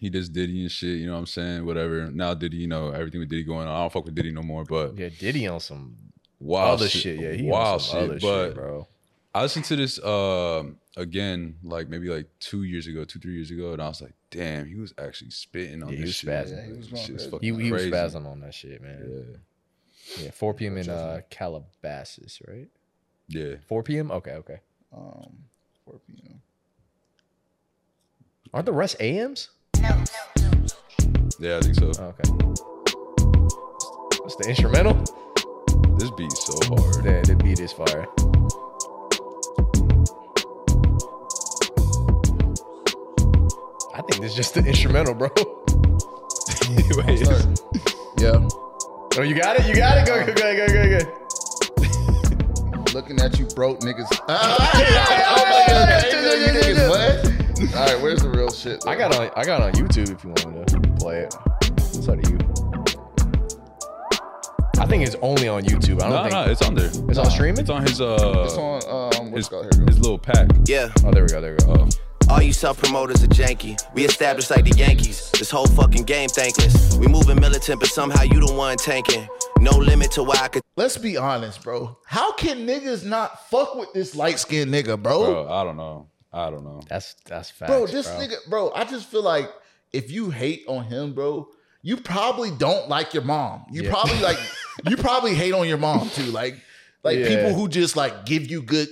B: he just Diddy and shit. You know what I'm saying? Whatever. Now Diddy, you know everything with Diddy going on. I don't fuck with Diddy no more, but
A: Yeah, Diddy on some
B: wild
A: other
B: shit.
A: shit. Yeah, he
B: wild
A: on some
B: shit.
A: other
B: but
A: shit, bro.
B: I listened to this um again, like maybe like two years ago, two three years ago, and I was like, damn, he was actually spitting on
A: Yeah, he
B: this
A: was
B: shit.
A: spazzing.
B: Like, this shit's
A: He,
B: fucking
A: he was
B: crazy.
A: spazzing on that shit, man. Yeah, 4 p.m. in uh, Calabasas, right?
B: Yeah, yeah.
A: 4 p.m. Okay, okay.
C: Um, 4 p.m.
A: Aren't the rest AMs?
B: Yeah, I think so.
A: Oh, okay. That's the instrumental.
B: This beat so hard.
A: Yeah, the beat is fire. I think it's just the instrumental, bro. <laughs> Anyways.
B: <laughs>
C: Yeah.
A: Oh, you got it? You got it? Go, go, go, go, go, go.
C: Looking at you,
A: <laughs>
C: broke niggas. Ah, oh my God. You niggas, what? All right, where's the real shit?
A: I got on I got on YouTube if you want to play it. It's up to you. I think it's only on YouTube. I don't
B: No,
A: think
B: no, it's on there.
A: it's on streaming.
B: It's on his uh
C: It's on, um, what's
B: his,
C: it called? Here it
B: his
C: goes.
B: little pack.
E: Yeah.
A: oh, there we go. There we go.
B: Oh.
E: All you self promoters are janky. We established like the Yankees. This whole fucking game thankless. We moving militant, but somehow you the one tanking. No limit to why I could
C: Let's be honest, bro. How can niggas not fuck with this light skinned nigga,
B: Bro, I don't know. I don't know.
A: That's that's facts,
C: bro, this nigga, bro, I just feel like if you hate on him, bro, you probably don't like your mom. You
A: Yeah. <laughs>
C: probably like you probably hate on your mom too. Like like
A: Yeah.
C: people who just like give you good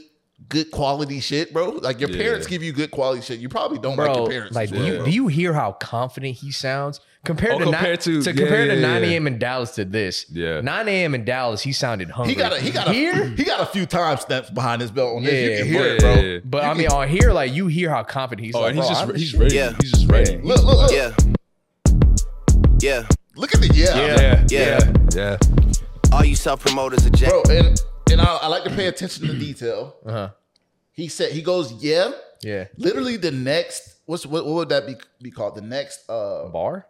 C: good quality shit, bro. Like your
B: Yeah.
C: parents give you good quality shit. You probably don't like
A: Bro,
C: your
A: like,
C: parents.
A: do, you, do you hear how confident he sounds compared
B: Oh,
A: to
B: compared
A: nine,
B: to- yeah,
A: compared to
B: yeah,
A: nine
B: yeah.
A: a.m. in Dallas to this?
B: Yeah.
A: nine a.m. in Dallas, he sounded hungry.
C: he got a he got a
A: here,
C: <clears throat> he got a few time steps behind his belt on this.
A: Yeah,
C: you can hear
B: yeah,
C: it, bro.
B: yeah, yeah.
A: but I mean, on here, like you hear how confident he's.
B: Oh,
A: like,
B: and he's
A: bro,
B: just
A: I'm-
B: he's ready.
E: Yeah.
B: He's just ready.
C: Look, look, look,
E: Yeah. Yeah.
C: look at the yeah.
B: Yeah,
E: Yeah.
B: yeah, yeah.
E: All you self promoters are janky.
C: Bro, and and I, I like to pay attention to detail.
A: Uh-huh.
C: He said he goes, yeah.
A: yeah.
C: Literally the next what's what, what would that be be called? The next uh
A: Bar.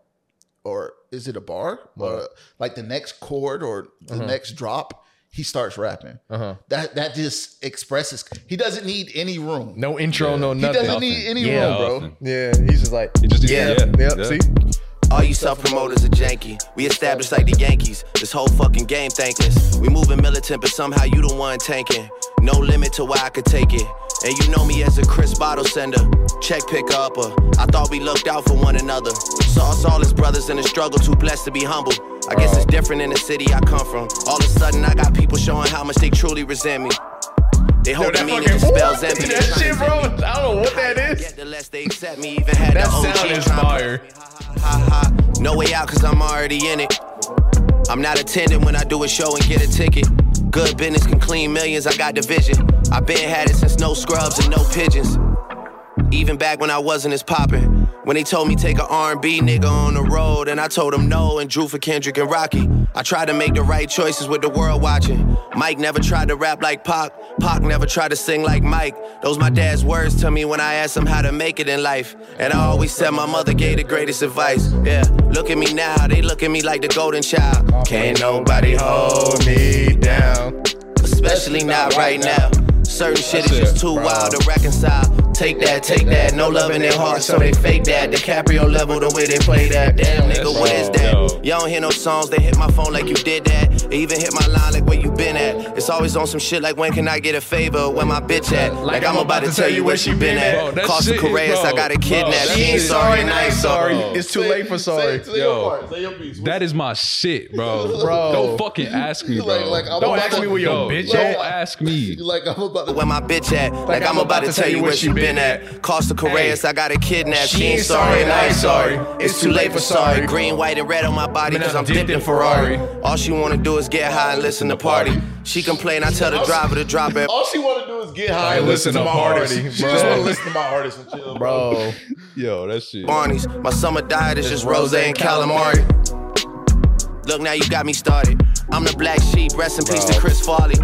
C: or is it a bar? Or like the next chord or the next drop, he starts rapping.
A: Uh-huh.
C: That that just expresses he doesn't need any room.
A: No intro, no
C: he
A: nothing.
C: doesn't need any
A: Yeah.
C: room, bro.
B: Nothing.
A: yeah, he's just like.
B: He just
E: Yeah.
B: yeah.
A: Yep.
B: yeah.
A: See.
E: All you self promoters are janky. We established like the Yankees. This whole fucking game thankless. We moving militant, but somehow you the one tanking. No limit to why I could take it. And you know me as a crisp bottle sender, check picker upper. I thought we looked out for one another. Saw us all as brothers in the struggle, too blessed to be humble. I guess it's different in the city I come from. All of a sudden, I got people showing how much they truly resent me. They hold the meaning and spells empty.
A: that shit, bro. I don't know what that
E: Yet
A: is.
E: the less they accept me, even had
A: That
E: the OG
A: sound is
E: tryna
A: fire.
E: Ha, ha, ha, ha. No way out, cause I'm already in it. I'm not attending when I do a show and get a ticket. Good business can clean millions, I got the vision. i been had it since no scrubs and no pigeons. Even back when I wasn't as poppin'. When they told me take a R&B nigga on the road, and I told them no and drew for Kendrick and Rocky. I tried to make the right choices with the world watching. Mike never tried to rap like Pac. Pac never tried to sing like Mike. Those my dad's words to me when I asked him how to make it in life. And I always said my mother gave the greatest advice. Yeah, look at me now, they look at me like the golden child. Can't nobody hold me down, especially not right now. Certain shit is just too wild to reconcile. Take that, take that. No love in their heart, so they fake that. DiCaprio level the way they play that. Damn nigga, what is that? Y'all don't hear no songs, they hit my phone like you did that. They even hit my line like where you been at. It's always on some shit like when can I get a favor? Where my bitch at? Like I'm about to tell you where she been
B: Bro,
E: at.
B: that shit
E: Costa
B: is-
E: Correas, I
B: bro,
E: got a
B: bro,
E: kidnap.
B: that
E: She ain't
B: shit-
E: sorry and I ain't sorry.
B: Bro.
A: It's too late for sorry.
C: Say,
B: Yo.
C: say your part. Say your piece. What's-
B: That is my shit, bro.
C: <laughs>
A: Bro.
B: Don't fucking ask me, bro.
C: Like- like, I'm
A: Don't
C: about
A: ask
C: to-
A: me where your
B: Yo,
A: bitch
B: Don't
C: <laughs>
A: at.
B: ask me.
C: like I'm about to
E: Where my bitch at? Like, I'm, about to tell you where she been at. Costa Correas, I got a kidnap. She ain't sorry and I ain't sorry. It's too late for sorry. Green, white, and red on my body because I'm dipped in Ferrari. All she wanna do is get high and listen to party. She complain, I tell the driver to drop it.
C: all she want to do is get high and listen, to my artist. She just
E: <laughs>
C: want to listen to my artist and chill, bro.
A: Bro,
B: Yo, that shit.
E: Barney's. My summer diet is just rose and calamari. Look, now you got me started. I'm the black sheep, rest in peace to Chris Farley.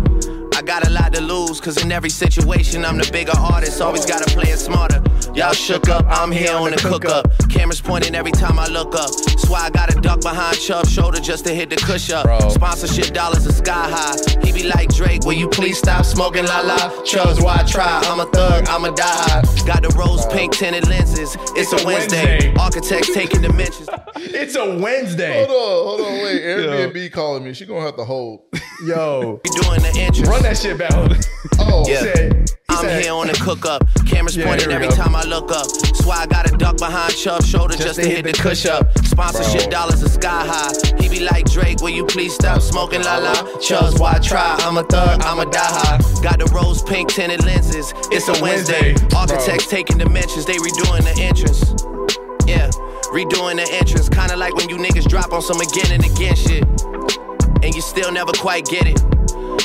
E: I got a lot to lose, cause in every situation I'm the bigger artist. Always gotta play it smarter. Y'all shook up, I'm here on the cook up. Cameras pointing every time I look up. That's why I gotta duck behind Chubb's shoulder just to hit the cush up.
A: Bro.
E: Sponsorship dollars are sky high. He be like Drake, will you please stop smoking la la? Chubb's why I try. I'm a thug, I'm a die. Got the rose pink tinted lenses. It's a Wednesday.
A: Wednesday.
E: Architects taking dimensions.
A: <laughs> it's a Wednesday.
C: Hold on, hold on, <laughs> wait. Airbnb calling me. She gonna have to hold.
A: Yo,
E: We doing the entrance.
A: run that shit back.
E: <laughs>
C: Oh,
E: Yeah.
A: Say,
E: I'm here on the cook <laughs> up. Cameras
A: Yeah, here
E: pointed
A: we
E: every
A: go.
E: time I look up. Swag got a duck behind Chubb's shoulder just, to hit the cush up. Sponsorship dollars are sky high. He be like Drake, will you please stop smoking la la? Chubbs, why try? I'm a thug, I'm a diehard. Got the rose pink tinted lenses. It's a Wednesday. Architects taking dimensions, they redoing the entrance. Yeah, redoing the entrance. Kinda like when you niggas drop on some again and again shit. And you still never quite get it.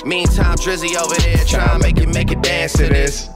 E: Meantime, Drizzy over there trying to make it make it dance to this.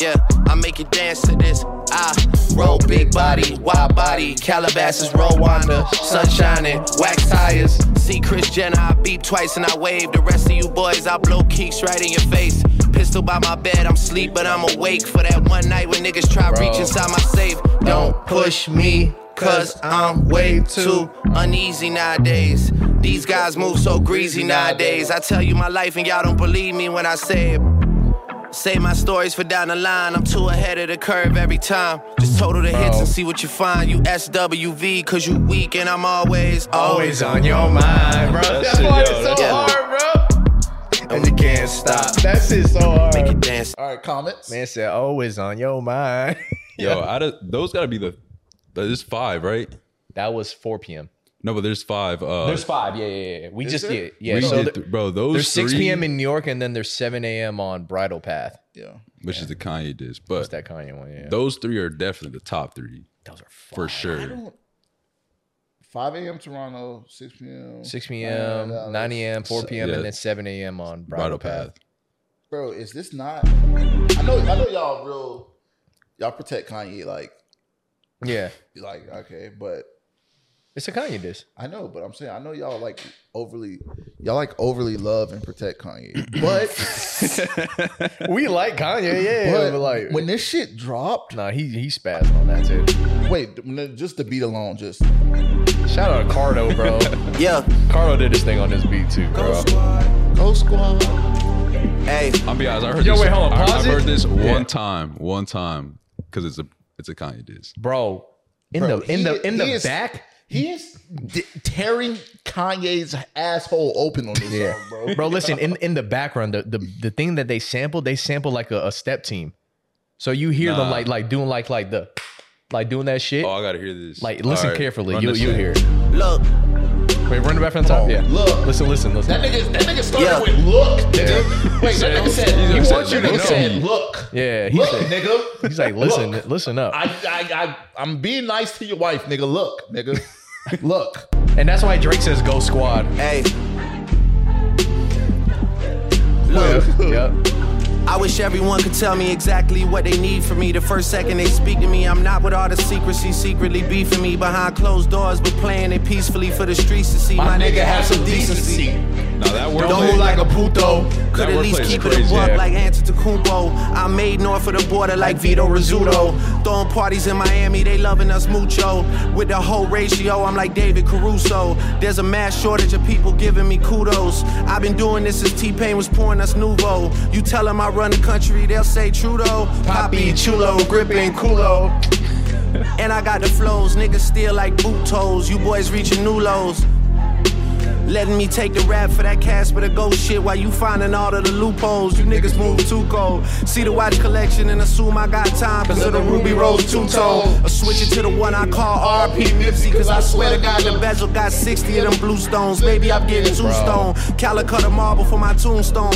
E: Yeah, I make you dance to this. I roll big body, wide body, Calabasas, roll Rwanda, sun shining, wax tires. See Chris Jenner, I beep twice and I wave. The rest of you boys, I blow keeks right in your face. Pistol by my bed, I'm sleep, but I'm awake for that one night when niggas try reach inside my safe. Don't push me, cause I'm way too uneasy nowadays. These guys move so greasy nowadays. I tell you my life and y'all don't believe me when I say it. Save my stories for down the line. I'm too ahead of the curve every time. Just total the hits and see what you find. You SWV, cause you weak and I'm always, always on your mind, bro.
A: That part is so hard,
E: And you can't stop.
A: bro. That shit's so hard.
E: Make it dance.
C: All right, comments.
A: Man said, always on your mind. <laughs>
B: Yo, out of those gotta be the there's five, right?
A: That was 4 p.m.
B: No, but there's five. Uh
A: There's five. Yeah, yeah, yeah. We just
C: there?
A: did. Yeah.
B: we
A: so
B: did
A: th-
B: th- bro, those
A: there's 6
B: three,
A: p.m. in New York, and then there's 7 a.m. on Bridal Path.
C: Yeah.
B: which is the Kanye disc. But
A: That Kanye one. Yeah.
B: those three are definitely the top three. Those are for sure.
C: 5 a.m. Toronto, 6 p.m.
A: 6 p.m., 9 a.m., 4 p.m.,
B: yeah.
A: and then 7 a.m. on
B: Bridal
A: Bridal,
B: path.
A: Path.
C: Bro, is this not? I know, I know, y'all real. Y'all protect Kanye, like,
A: Yeah.
C: like okay, but
A: It's a Kanye diss.
C: I know, but I'm saying I know y'all like overly, y'all like overly love and protect Kanye,
A: <clears throat>
C: but
A: <laughs> We like Kanye, yeah,
C: but
A: but, like,
C: when this shit dropped,
A: nah, he he spazzed on that too.
C: wait, n- just the beat alone, just
A: Shout out to Cardo, bro.
E: <laughs> Yeah.
A: Cardo did this thing on this beat too, bro.
C: Go Squad.
E: Hey,
B: I'll be honest, I heard
A: Yo,
B: this.
A: wait, hold on,
B: I,
A: pause
B: have
A: it.
B: heard this
A: Yeah.
B: one time, one time. Cause it's a it's a Kanye disc.
A: Bro, in
C: Bro,
A: the in
C: he-
A: the in
C: he
A: the
C: is-
A: back,
C: He is d- tearing Kanye's asshole open on this song, bro.
A: bro. Listen, in in the background, the the, the thing that they sampled, they sampled like a, a step team. So you hear them
B: Nah.
A: like like doing like like the like doing that shit.
B: Oh, I gotta hear this.
A: like listen
B: All right,
A: carefully,
B: run
A: you
B: this
A: you
B: shit.
A: hear.
E: look.
A: Wait, run it back from the top. yeah,
C: look.
A: listen, listen,
C: That
A: listen.
C: nigga, that nigga started
E: Yeah.
C: with look, nigga. Wait, that nigga said, he
B: said,
C: wants you
B: "Look."
C: to said, look.
A: Yeah, he
C: Look,
A: said,
C: nigga.
A: he's like, listen,
C: Look.
A: listen up.
C: I, I, I, I'm being nice to your wife, nigga. Look,
A: <laughs>
C: nigga. look.
A: and that's why Drake says, "Go squad."
E: Hey, <laughs>
A: yep.
E: I wish everyone could tell me exactly what they need from me. The first second they speak to me, I'm not with all the secrecy, secretly beefing me behind closed doors, but playing it peacefully for the streets to see. My, nigga have some decency.
B: Now that wordplay,
E: Don't move like a puto.
B: That
E: Could at
B: wordplay
E: least
B: is
E: keep it
B: crazy,
E: above
B: yeah.
E: like Antetokounmpo. I made north of the border like Vito Rizzuto. Throwing parties in Miami, they loving us mucho. With the whole ratio, I'm like David Caruso. There's a mass shortage of people giving me kudos. I've been doing this since T-Pain was pouring us Nuvo. You tell them I run the country, they'll say Trudeau. Poppy, Chulo, gripping Kulo. And I got the flows, niggas still like boot toes. You boys reaching new lows. Letting me take the rap for that Casper the Ghost shit while you finding all of the loopholes. You niggas move too cold. See the watch collection and assume I got time because of the Ruby Rose two tone. Or switch it to the one I call RP Nipsey because I swear to God, the bezel got 60 of them blue stones. Maybe I'm getting two stone. Calicut a marble for my tombstone.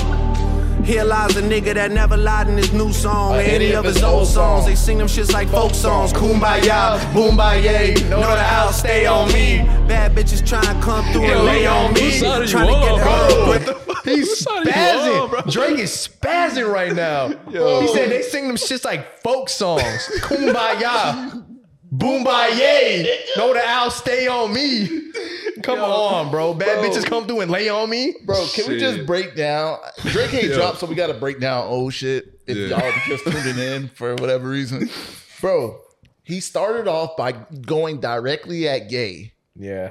E: Here lies a nigga that never lied in his new song. Or any of his old songs. They sing them shits like folk songs. Kumbaya, Boombaye. Know the owl stay on me. Bad bitches tryna come through and lay on me.
B: Whose side are
E: Tryna
B: you
E: get
B: on, bro?
E: the
A: He's spazzing. Drake is spazzing right
C: <laughs>
A: now. He said they sing them shits like folk songs. Kumbaya. Boombaye. No, the owl stay on me. Come on, bro. Bad bitches come through and lay on me.
C: Bro, can we just
B: Shit.
C: break down? Drake ain't
B: Yo.
C: dropped, so we got to break down old shit. If
B: Yeah.
C: y'all just
A: <laughs>
C: tuning in for whatever reason, bro, he started off by going directly at Gay.
A: Yeah.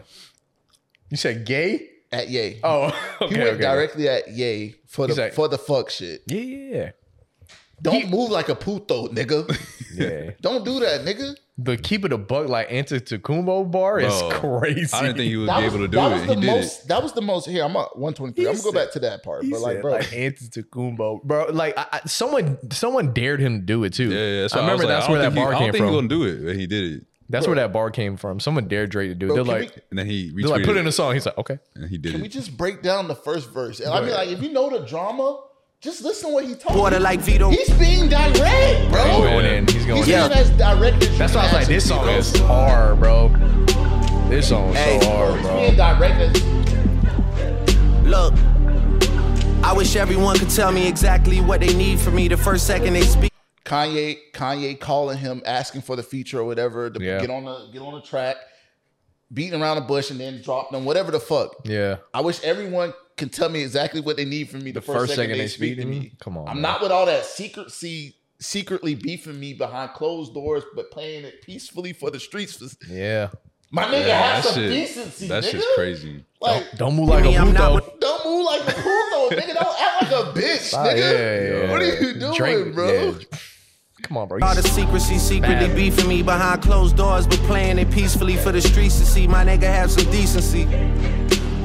A: You said gay?
C: At Ye,
A: Oh, <laughs>
C: he
A: okay.
C: went
A: okay.
C: directly at Ye for the
A: He's like-
C: for the fuck shit.
A: Yeah, yeah, yeah. <laughs>
C: Don't move like a puto, nigga.
B: Yeah.
C: Don't do that, nigga.
A: The keep it a buck like Antetokounmpo bar is
C: <laughs>
B: Bro,
A: crazy.
B: I didn't think he would
C: That
B: be
C: was-
B: able to do
C: that was
B: it.
C: the
B: He did
C: most, That was the most. Here, I'm at 123. I'm gonna go
A: said-
C: back to that part,
A: He
C: but like,
A: said,
C: bro,
A: like Antetokounmpo, bro. Like I, I, someone, someone dared him to do it too.
B: it. Yeah, yeah. That's
A: I
B: why I
A: remember
B: was like,
A: that's
B: I don't
A: where that
B: think he-
A: bar
B: I
A: came
B: don't think
A: from.
B: he's gonna do it. but He did it,
A: That's where that bar came from. Someone dared Drake to do it.
C: Bro,
A: They're
C: can
A: like,
B: and then he retweeted.
A: they're like, put in
B: it,
A: a song. He's like, okay.
B: and he did
C: Can we
B: it.
C: just break down the first verse? And I mean, like, if you know the drama, just listen to what he talking.
E: Water like Vito.
C: He's being direct, bro.
A: He's
B: Oh,
A: going
B: yeah.
A: in. He's going
C: He's
A: in.
C: being as direct. as
A: That's
C: you
A: why I was
C: can
A: like, this
C: actually
A: song
C: go.
A: is hard, bro. This song is
E: Hey.
A: so hard,
C: He's
A: bro.
C: being direct. as-
E: Look, I wish everyone could tell me exactly what they need from me the first second they speak.
C: Kanye, Kanye calling him, asking for the feature or whatever to
A: Yeah.
C: get on the get on the track, beating around the bush and then drop them, whatever the fuck.
A: Yeah.
C: I wish everyone can tell me exactly what they need from me the, first, second, they speak to me.
A: Come on,
C: I'm
A: Oh, man.
C: not with all that secrecy, secretly beefing me behind closed doors, but playing it peacefully for the streets.
A: Yeah.
C: My nigga
B: Yeah,
C: has
B: that
C: some
B: shit-
C: decency,
B: That
C: nigga.
B: shit's crazy.
C: Like,
A: Don't move like a
E: Me, I'm not
A: puto.
E: with-
C: don't move like a puto,
E: <laughs>
C: nigga. Don't act like a bitch,
E: Oh,
A: Ah,
C: nigga.
A: yeah, yeah,
C: What
A: yeah.
C: are you doing,
A: Drake-
C: bro?
A: yeah. Come on, bro. You
E: All the
A: s-
E: secrecy, secretly
A: Bad.
E: beefing me behind closed doors, but playing it peacefully for the streets to see. My nigga have some decency.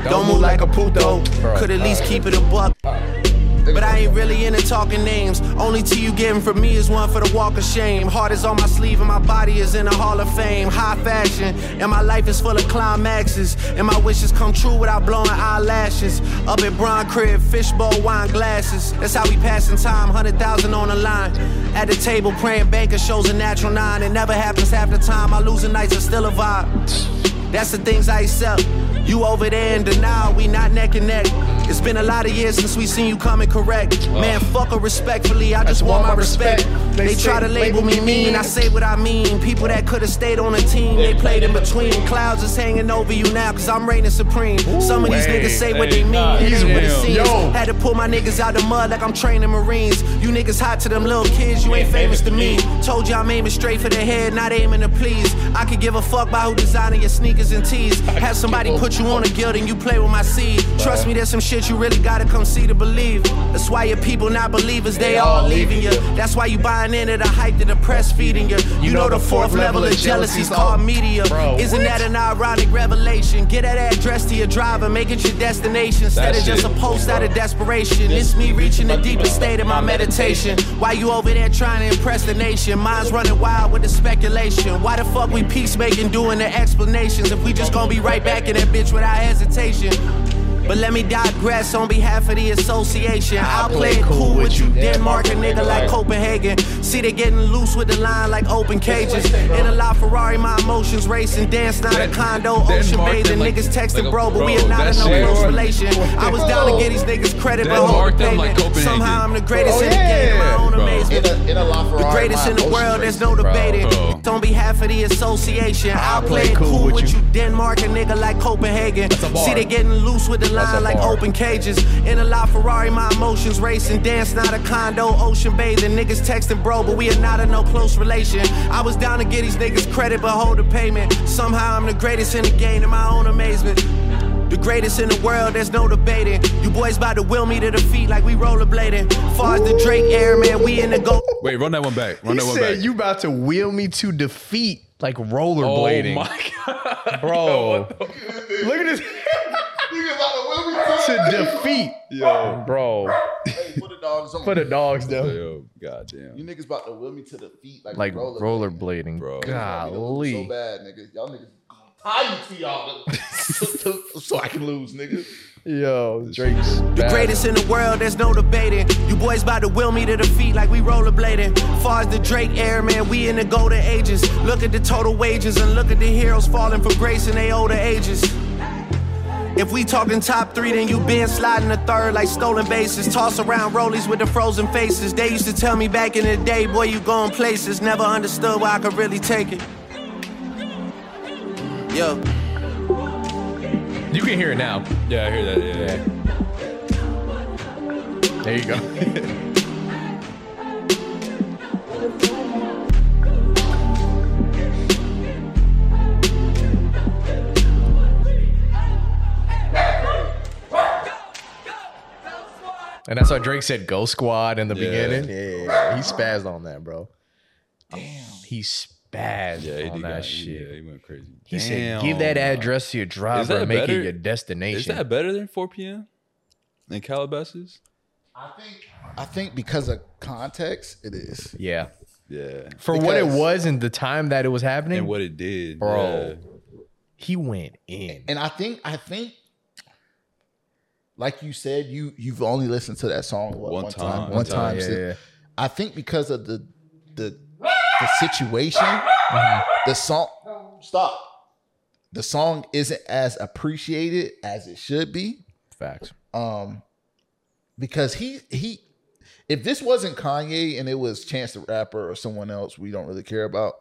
E: Don't move like a puto.
A: Bro,
E: Could at least keep it a buck. But I ain't really into talking names. Only tea you getting from me is one for the walk of shame. Heart is on my sleeve and my body is in the hall of fame. High fashion, and my life is full of climaxes. And my wishes come true without blowing eyelashes. Up at Bron Crib, fishbowl wine glasses. That's how we passing time, 100,000 on the line. At the table, praying banker shows a natural nine. It never happens half the time. My losing nights are still a vibe. That's the things I accept. You over there in denial, we not neck and neck. It's been a lot of years since we seen you coming correct. Man, fuck her respectfully, Oh. I just want my respect. They, try to label me mean, I say what I mean. People that could have stayed on a team, they played in between. Clouds is hanging over you now, cause I'm reigning supreme. Some of these
A: Ooh,
E: niggas say what
B: hey,
E: they mean,
B: nah,
E: it is what it
B: damn.
E: seems.
A: Yo.
E: Had to pull my niggas out the mud like I'm training Marines. You niggas hot to them little kids, you ain't famous to me. Told you I'm aiming straight for the head, not aiming to please. I could give a fuck by who designing your sneakers and tees. Have somebody put you on a guild and you play with my seed. Trust me, there's some shit you really gotta come see to believe. That's why your people not believers, they all leaving you. That's why you buying into the hype that the press feeding you. You know the fourth level of jealousy's called media. Isn't that an ironic revelation? Get that address to your driver, make it your destination instead
B: That
E: of just a
B: shit.
E: post out of desperation. It's me reaching the deepest state of my meditation. Why you over there trying to impress the nation? Minds running wild with the speculation. Why the fuck we peacemaking doing the explanations if we just gonna be right back in that bitch without hesitation? But let me digress on behalf of the association. I'll play it cool with you, Denmark, a nigga like Copenhagen. See, they getting loose with the line like open cages. In a lot Ferrari, my emotions racing. Dance, not a
B: Den-
E: condo, ocean
B: Denmark,
E: bathing.
B: like-
E: Niggas texting,
B: like a-
E: bro, but we
B: bro,
E: are not
B: that
E: in no
B: shit.
E: close relation. I was down to get these niggas credit, but
B: Denmark,
E: hold the
B: them like
E: payment.
B: Copenhagen. Oh,
E: Somehow I'm the greatest
A: Bro,
E: in the game. My
A: yeah.
E: own
B: Bro.
E: amazement.
C: in a, in a LaFerrari,
E: The greatest
C: my
E: in the
C: emotion
E: world,
C: race.
E: there's no debating.
B: Bro.
E: On behalf of the association, Oh. I'll play it cool with you, Denmark, a nigga like Copenhagen. See, they getting loose with the line like open cages. In a lot Ferrari, my emotions racing. Dance, not a condo, ocean bathing. Niggas texting, bro, but we are not in no close relation. I was down to get these niggas credit, but hold the payment. Somehow I'm the greatest in the game, in my own amazement. The greatest in the world, there's no debating. You boys about to will me to defeat like we rollerblading. Far as the Drake air, man, we in the go.
B: Wait, run that one back. Run
A: He
B: that one
A: said
B: back.
A: you about to wheel me to defeat like rollerblading,
B: Oh my god.
A: <laughs> bro. Look at
C: <laughs>
A: this to defeat, yo, bro.
C: Hey, put the dogs on.
A: For the dogs though,
B: Yo, goddamn.
C: You niggas about to wheel me to the feet like,
A: like
C: a roller.
A: rollerblading,
B: Bro.
C: Golly. So
A: Golly,
C: bad, niggas. Y'all niggas gonna tie you to y'all
E: <laughs>
C: niggas. so I can lose, nigga.
A: yo, Drake's
E: The greatest in the world, there's no debating. You boys about to will me to defeat like we rollerblading. Far as the Drake air, man, we in the golden ages. Look at the total wages and look at the heroes falling from grace in their older ages. If we talking top three, then you been sliding the third like stolen bases. Toss around rollies with the frozen faces. They used to tell me back in the day, boy, you going places. Never understood why I could really take it. Yo,
A: You can hear it now.
B: Yeah, I hear that. Yeah.
A: There you go. And that's why Drake said "Go Squad" in the
B: Yeah.
A: beginning. Yeah, he spazzed on that, bro. He spazzed
B: Yeah, he
A: on
B: did
A: that
B: got-
A: shit.
B: Yeah, he went crazy.
A: He said, "Give that address to your driver
B: that
A: and make
B: better?
A: it your destination."
B: Is that better than 4 p.m. in Calabasas?
C: I think I think because of context, it is.
A: yeah,
B: Yeah,
A: for what it
C: Because-
A: was and the time that it was happening,
B: and what it did,
A: bro. He went in.
C: And I think I think like you said, you you've only listened to that song what,
B: One
C: one, time,
B: time.
C: one,
B: One
C: time.
A: yeah,
C: si-
A: yeah.
C: I think because of the the the situation, the song stop. The song isn't as appreciated as it should be.
A: Facts.
C: um because he he if this wasn't Kanye and it was Chance the Rapper or someone else we don't really care about,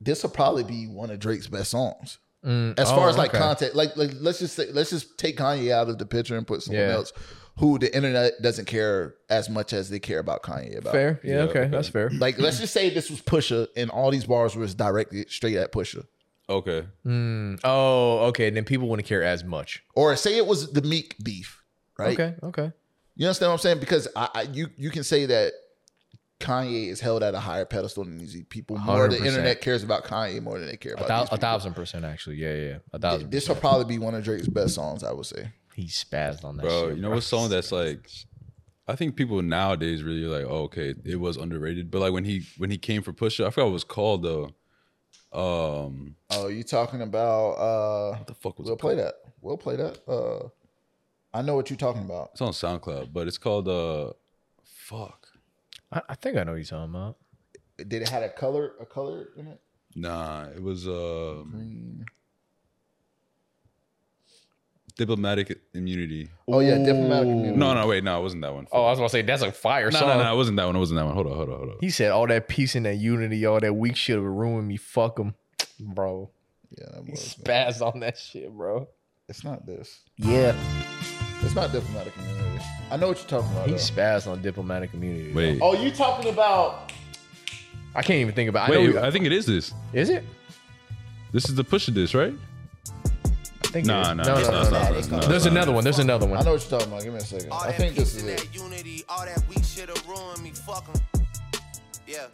C: this will probably be one of Drake's best songs. As far
A: oh,
C: as like
A: okay.
C: content, like, like let's just say let's just take Kanye out of the picture and put someone
A: Yeah.
C: else who the internet doesn't care as much as they care about Kanye about.
A: Fair. Yeah. okay. That's fair.
C: Like let's just say this was Pusha and all these bars was directed straight at Pusha.
B: Okay,
A: Oh, okay. Then people wouldn't care as much.
C: Or say it was the Meek beef, right?
A: Okay. Okay.
C: You understand what I'm saying? Because I, I you you can say that Kanye is held at a higher pedestal than these people. More the
A: 100%.
C: internet cares about Kanye more than they care about
A: Thou-
C: these
A: a
C: people.
A: thousand percent, actually. Yeah. Yeah. yeah. A thousand.
C: This will probably be one of Drake's best songs, I would say.
A: He spazzed on that.
B: bro.
A: shit,
B: You know what song that's like? I think people nowadays really are like, oh, okay, it was underrated. But like when he when he came for Pusha, I forgot what it was called though. Um,
C: Oh, you talking about? uh
B: what the fuck was
C: We'll
B: it?
C: play that. We'll play that. Uh I know what you're talking about.
B: It's on SoundCloud, but it's called uh, fuck.
A: I, I think I know what you're talking about.
C: Did it had a color? A color in it?
B: Nah, it was um, diplomatic immunity.
C: Oh yeah, diplomatic. Immunity.
B: No, no, wait, no, it wasn't that one.
A: Oh, I was gonna say that's a fire
B: no,
A: song.
B: no, no, it wasn't that one. It wasn't that one. Hold on, hold on, hold on.
A: He said all that peace and that unity, all that weak shit would ruin me. Fuck him, bro.
C: Yeah, that
A: He
C: was,
A: spazzed on that shit, bro.
C: it's not this.
A: Yeah,
C: It's not diplomatic immunity. I know what you're talking about.
A: he
C: though.
A: spazzed on diplomatic community. though.
B: Wait,
C: oh, you talking about?
A: I can't even think about.
B: wait,
A: I know,
B: I think it is this.
A: is it?
B: This is the push of this, right?
A: I think it
B: Nah,
A: is.
B: nah,
A: no,
B: it's not, it's
A: no, no, no.
B: not, it's not,
A: There's
B: it's not.
A: another one. There's another
C: I
A: one.
C: know what you're talking about. Give me a second.
E: All
C: I
E: Oh, that
C: think this
E: peace
C: is it.
E: and that unity, all that weak shit'll ruin me, fuck 'em. Yeah.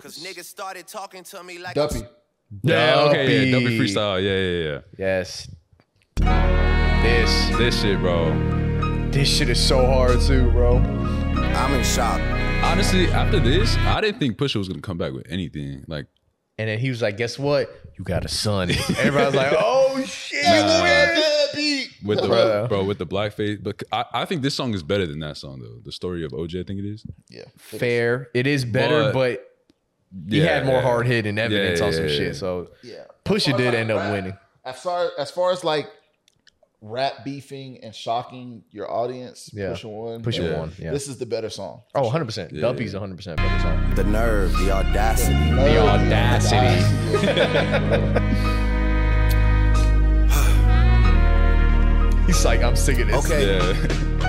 E: Cause niggas started talking to me like
C: Duppy.
B: Yeah, yeah, okay, yeah,
A: Dumpy.
B: Dumpy freestyle. Yeah, yeah, yeah.
A: Yes. This
B: This shit, bro.
A: this shit is so hard too, bro.
E: I'm in shock.
B: Honestly, after this, I didn't think Pusha was gonna come back with anything. Like,
A: And then he was like, "Guess what? You got
B: <laughs>
A: a son." Everybody's
C: <laughs>
A: like, "Oh shit!"
B: with the
A: Bruh.
B: bro with the blackface. But I, I think this song is better than that song though. The story of OJ, I think it is.
C: Yeah.
A: Fair. It is better,
B: But-
A: but he
B: Yeah,
A: had more
B: yeah.
A: hard hit and evidence
B: Yeah,
A: on some
B: yeah, yeah.
A: shit. So
C: Yeah.
A: Pusha
C: Well,
A: did
C: like,
A: end up
C: rap-
A: winning.
C: As far as far as like rap beefing and shocking your audience,
A: Yeah.
C: Pusha one.
A: Pusha
C: yeah.
A: One, yeah.
C: This is the
A: <laughs>
C: better song.
A: Oh, 100 percent. Dumpy's 100 percent better song.
E: The nerve, the audacity.
A: The audacity. He's like, I'm sick of this.
E: Okay.
B: Yeah.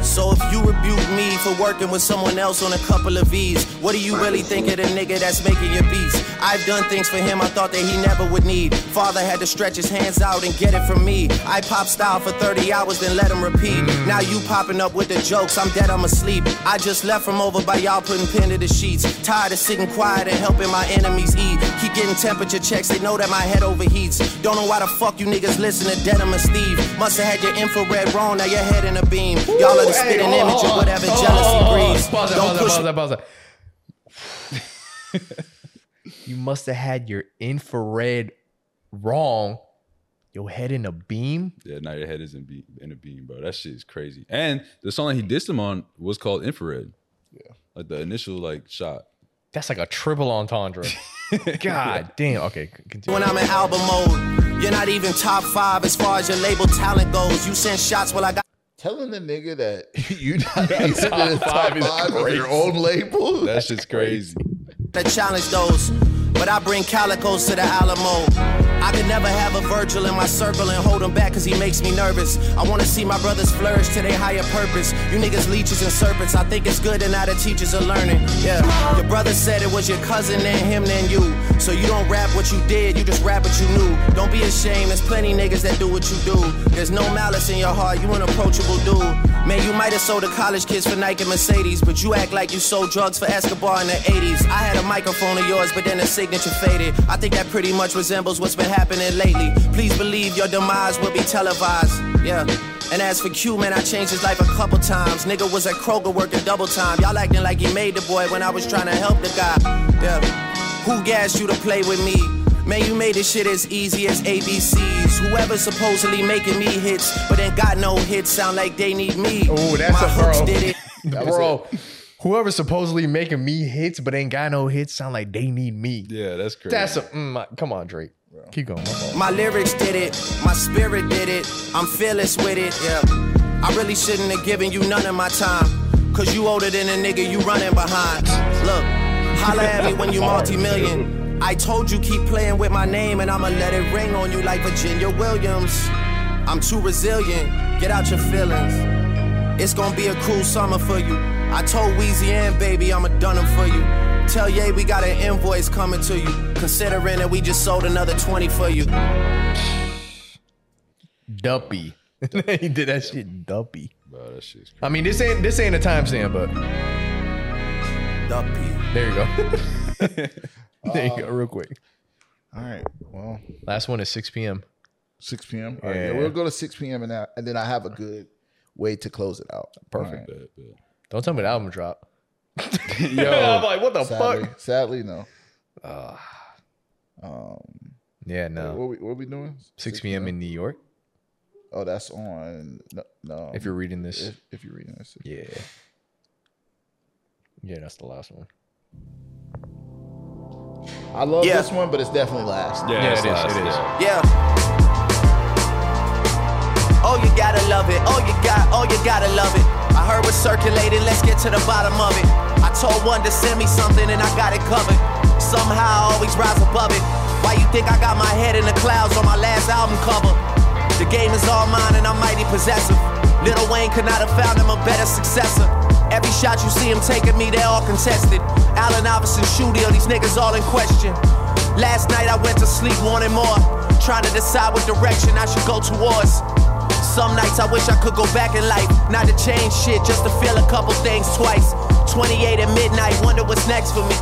E: So if you rebuke me for working with someone else on a couple of V's, what do you really think of the nigga that's making your beats? I've done things for him I thought that he never would need. Father had to stretch his hands out and get it from me. I pop style for 30 hours, then let him repeat. Now you popping up with the jokes, I'm dead, I'm asleep. I just left from over by y'all putting pen to the sheets. Tired of sitting quiet and helping my enemies eat. Keep getting temperature checks, they know that my head overheats. Don't know why the fuck you niggas listen to Denim and Steve. Must have had your infrared wrong, now your head in a beam. Y'all are the
A: Hey,
E: spitting
A: hold on,
E: image
A: hold
E: of
A: on.
E: whatever
A: Hold on,
E: jealousy
A: hold on, hold on.
E: breeds.
A: Pause that,
E: Don't
A: pause
E: push
A: that, pause that, pause that. <laughs> You must have had your infrared wrong. Your head in a beam.
B: yeah, now your head is in, be- in a beam, bro. That shit is crazy. And the song that he dissed him on was called Infrared. Yeah. Like the initial like shot.
A: That's like a
B: <laughs>
A: triple entendre. God damn. Okay, c- continue.
E: when I'm in album mode. You're not even top five as far as your label talent goes. You send shots while I got
C: Telling the nigga that <laughs> you not even in the top
A: five is
C: five of your own label.
B: That shit's
C: <laughs>
B: crazy.
E: to challenge those. But I bring calicos to the Alamo. I could never have a Virgil in my circle and hold him back cause he makes me nervous. I wanna see my brothers flourish to their higher purpose. You niggas leeches and serpents. I think it's good and now the teachers are learning. Yeah. Your brother said it was your cousin and him then you. So you don't rap what you did, you just rap what you knew. Don't be ashamed, there's plenty niggas that do what you do. There's no malice in your heart, you an approachable dude. Man, you might have sold to college kids for Nike and Mercedes, but you act like you sold drugs for Escobar in the 80s. I had a microphone of yours, but then the signature faded. I think that pretty much resembles what's been happening lately. Please believe your demise will be televised. Yeah. And as for Q, man, I changed his life a couple times. Nigga was at Kroger working double time. Y'all acting like he made the boy when I was trying to help the guy. Yeah. Who gassed you to play with me? Man, you made this shit as easy as ABCs. Whoever's supposedly making me hits, but ain't got no hits, sound like they need me.
C: Ooh, that's
E: My
C: a
E: hooks
C: throw. <laughs>
E: did it.
A: bro. Whoever supposedly making me hits but ain't got no hits sound like they need me.
B: Yeah, that's crazy.
A: That's a mm, my- come on, Drake. Keep going. my fault.
E: My lyrics did it, my spirit did it, I'm fearless with it, yeah. I really shouldn't have given you none of my time, cause you older than a nigga you running behind. Look, holla at me when you multi-million. I told you keep playing with my name and I'ma let it ring on you like Virginia Williams. I'm too resilient, get out your feelings. It's gonna be a cool summer for you. I told Weezy and baby I'ma done 'em for you. Tell Ye we got an invoice coming to you. Considering that we just sold another 20 for you.
A: Dumpy. <laughs> he did that shit dumpy.
B: bro, that shit's crazy.
A: I mean, this ain't this ain't a timestamp, but
E: Duppy.
A: there you go. <laughs> there you go, real quick.
C: All right. Well,
A: Last one is 6 p.m.
C: 6 p.m. All right. Yeah.
A: Yeah.
C: we'll go to 6 p.m. and, I, and then I have a good way to close it out.
B: Perfect.
C: All
B: Bad,
C: <laughs>
A: <laughs>
B: bad.
A: Don't tell me the album drop. I'm
B: Yo,
A: like, what the
C: right. Sadly,
A: fuck?
C: sadly, no.
A: Yeah,
C: Ah. Um, What
A: no.
C: we what we doing?
A: 6 p.m. in New York.
C: Oh, that's on. No, no.
A: If you're reading this,
C: Um, if, if you're reading this,
A: yeah, yeah, that's the last one.
C: I love
E: Yeah.
C: this one, but it's definitely last.
B: yeah,
A: Yeah,
B: that's
A: it is,
B: last,
A: it is.
B: yeah.
E: Yeah. Oh, you gotta love it. Oh, you got. Oh, you gotta love it. I heard what's circulating. Let's get to the bottom of it. I told one to send me something, and I got it covered. Somehow, I always rise above it. Why you think I got my head in the clouds on my last album cover? The game is all mine, and I'm mighty possessive. Little Wayne could not have found him a better successor. Every shot you see him taking me, they're all contested. Allen Iverson, Shoe Deal, these niggas all in question. Last night I went to sleep wanting more, trying to decide what direction I should go towards. Some nights I wish I could go back in life, not to change shit, just to feel a couple things twice. 28 at midnight, wonder what's next for me.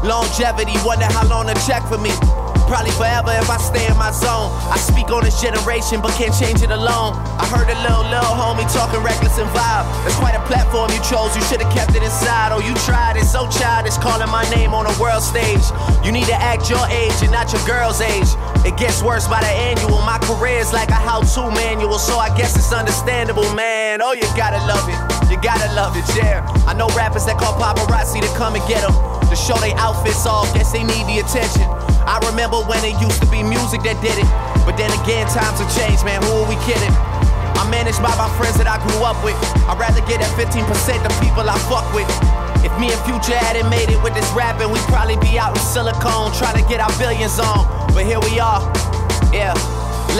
E: Longevity, wonder how long to check for me. Probably forever if I stay in my zone. I speak on this generation, but can't change it alone. I heard a little, little homie talking reckless and vibe. That's quite a platform you chose, you should've kept it inside. Oh, you tried it, so childish, calling my name on a world stage. You need to act your age and not your girl's age. It gets worse by the annual. My career's like a how to manual, so I guess it's understandable, man. Oh, you gotta love it. You gotta love it, yeah. I know rappers that call paparazzi to come and get them. To show they outfits off, guess they need the attention. I remember when it used to be music that did it. But then again, times have changed, man. Who are we kidding? I'm managed by my friends that I grew up with. I'd rather get that 15% to people I fuck with. If me and Future hadn't made it with this rapping, we'd probably be out in silicone trying to get our billions on. But here we are, yeah.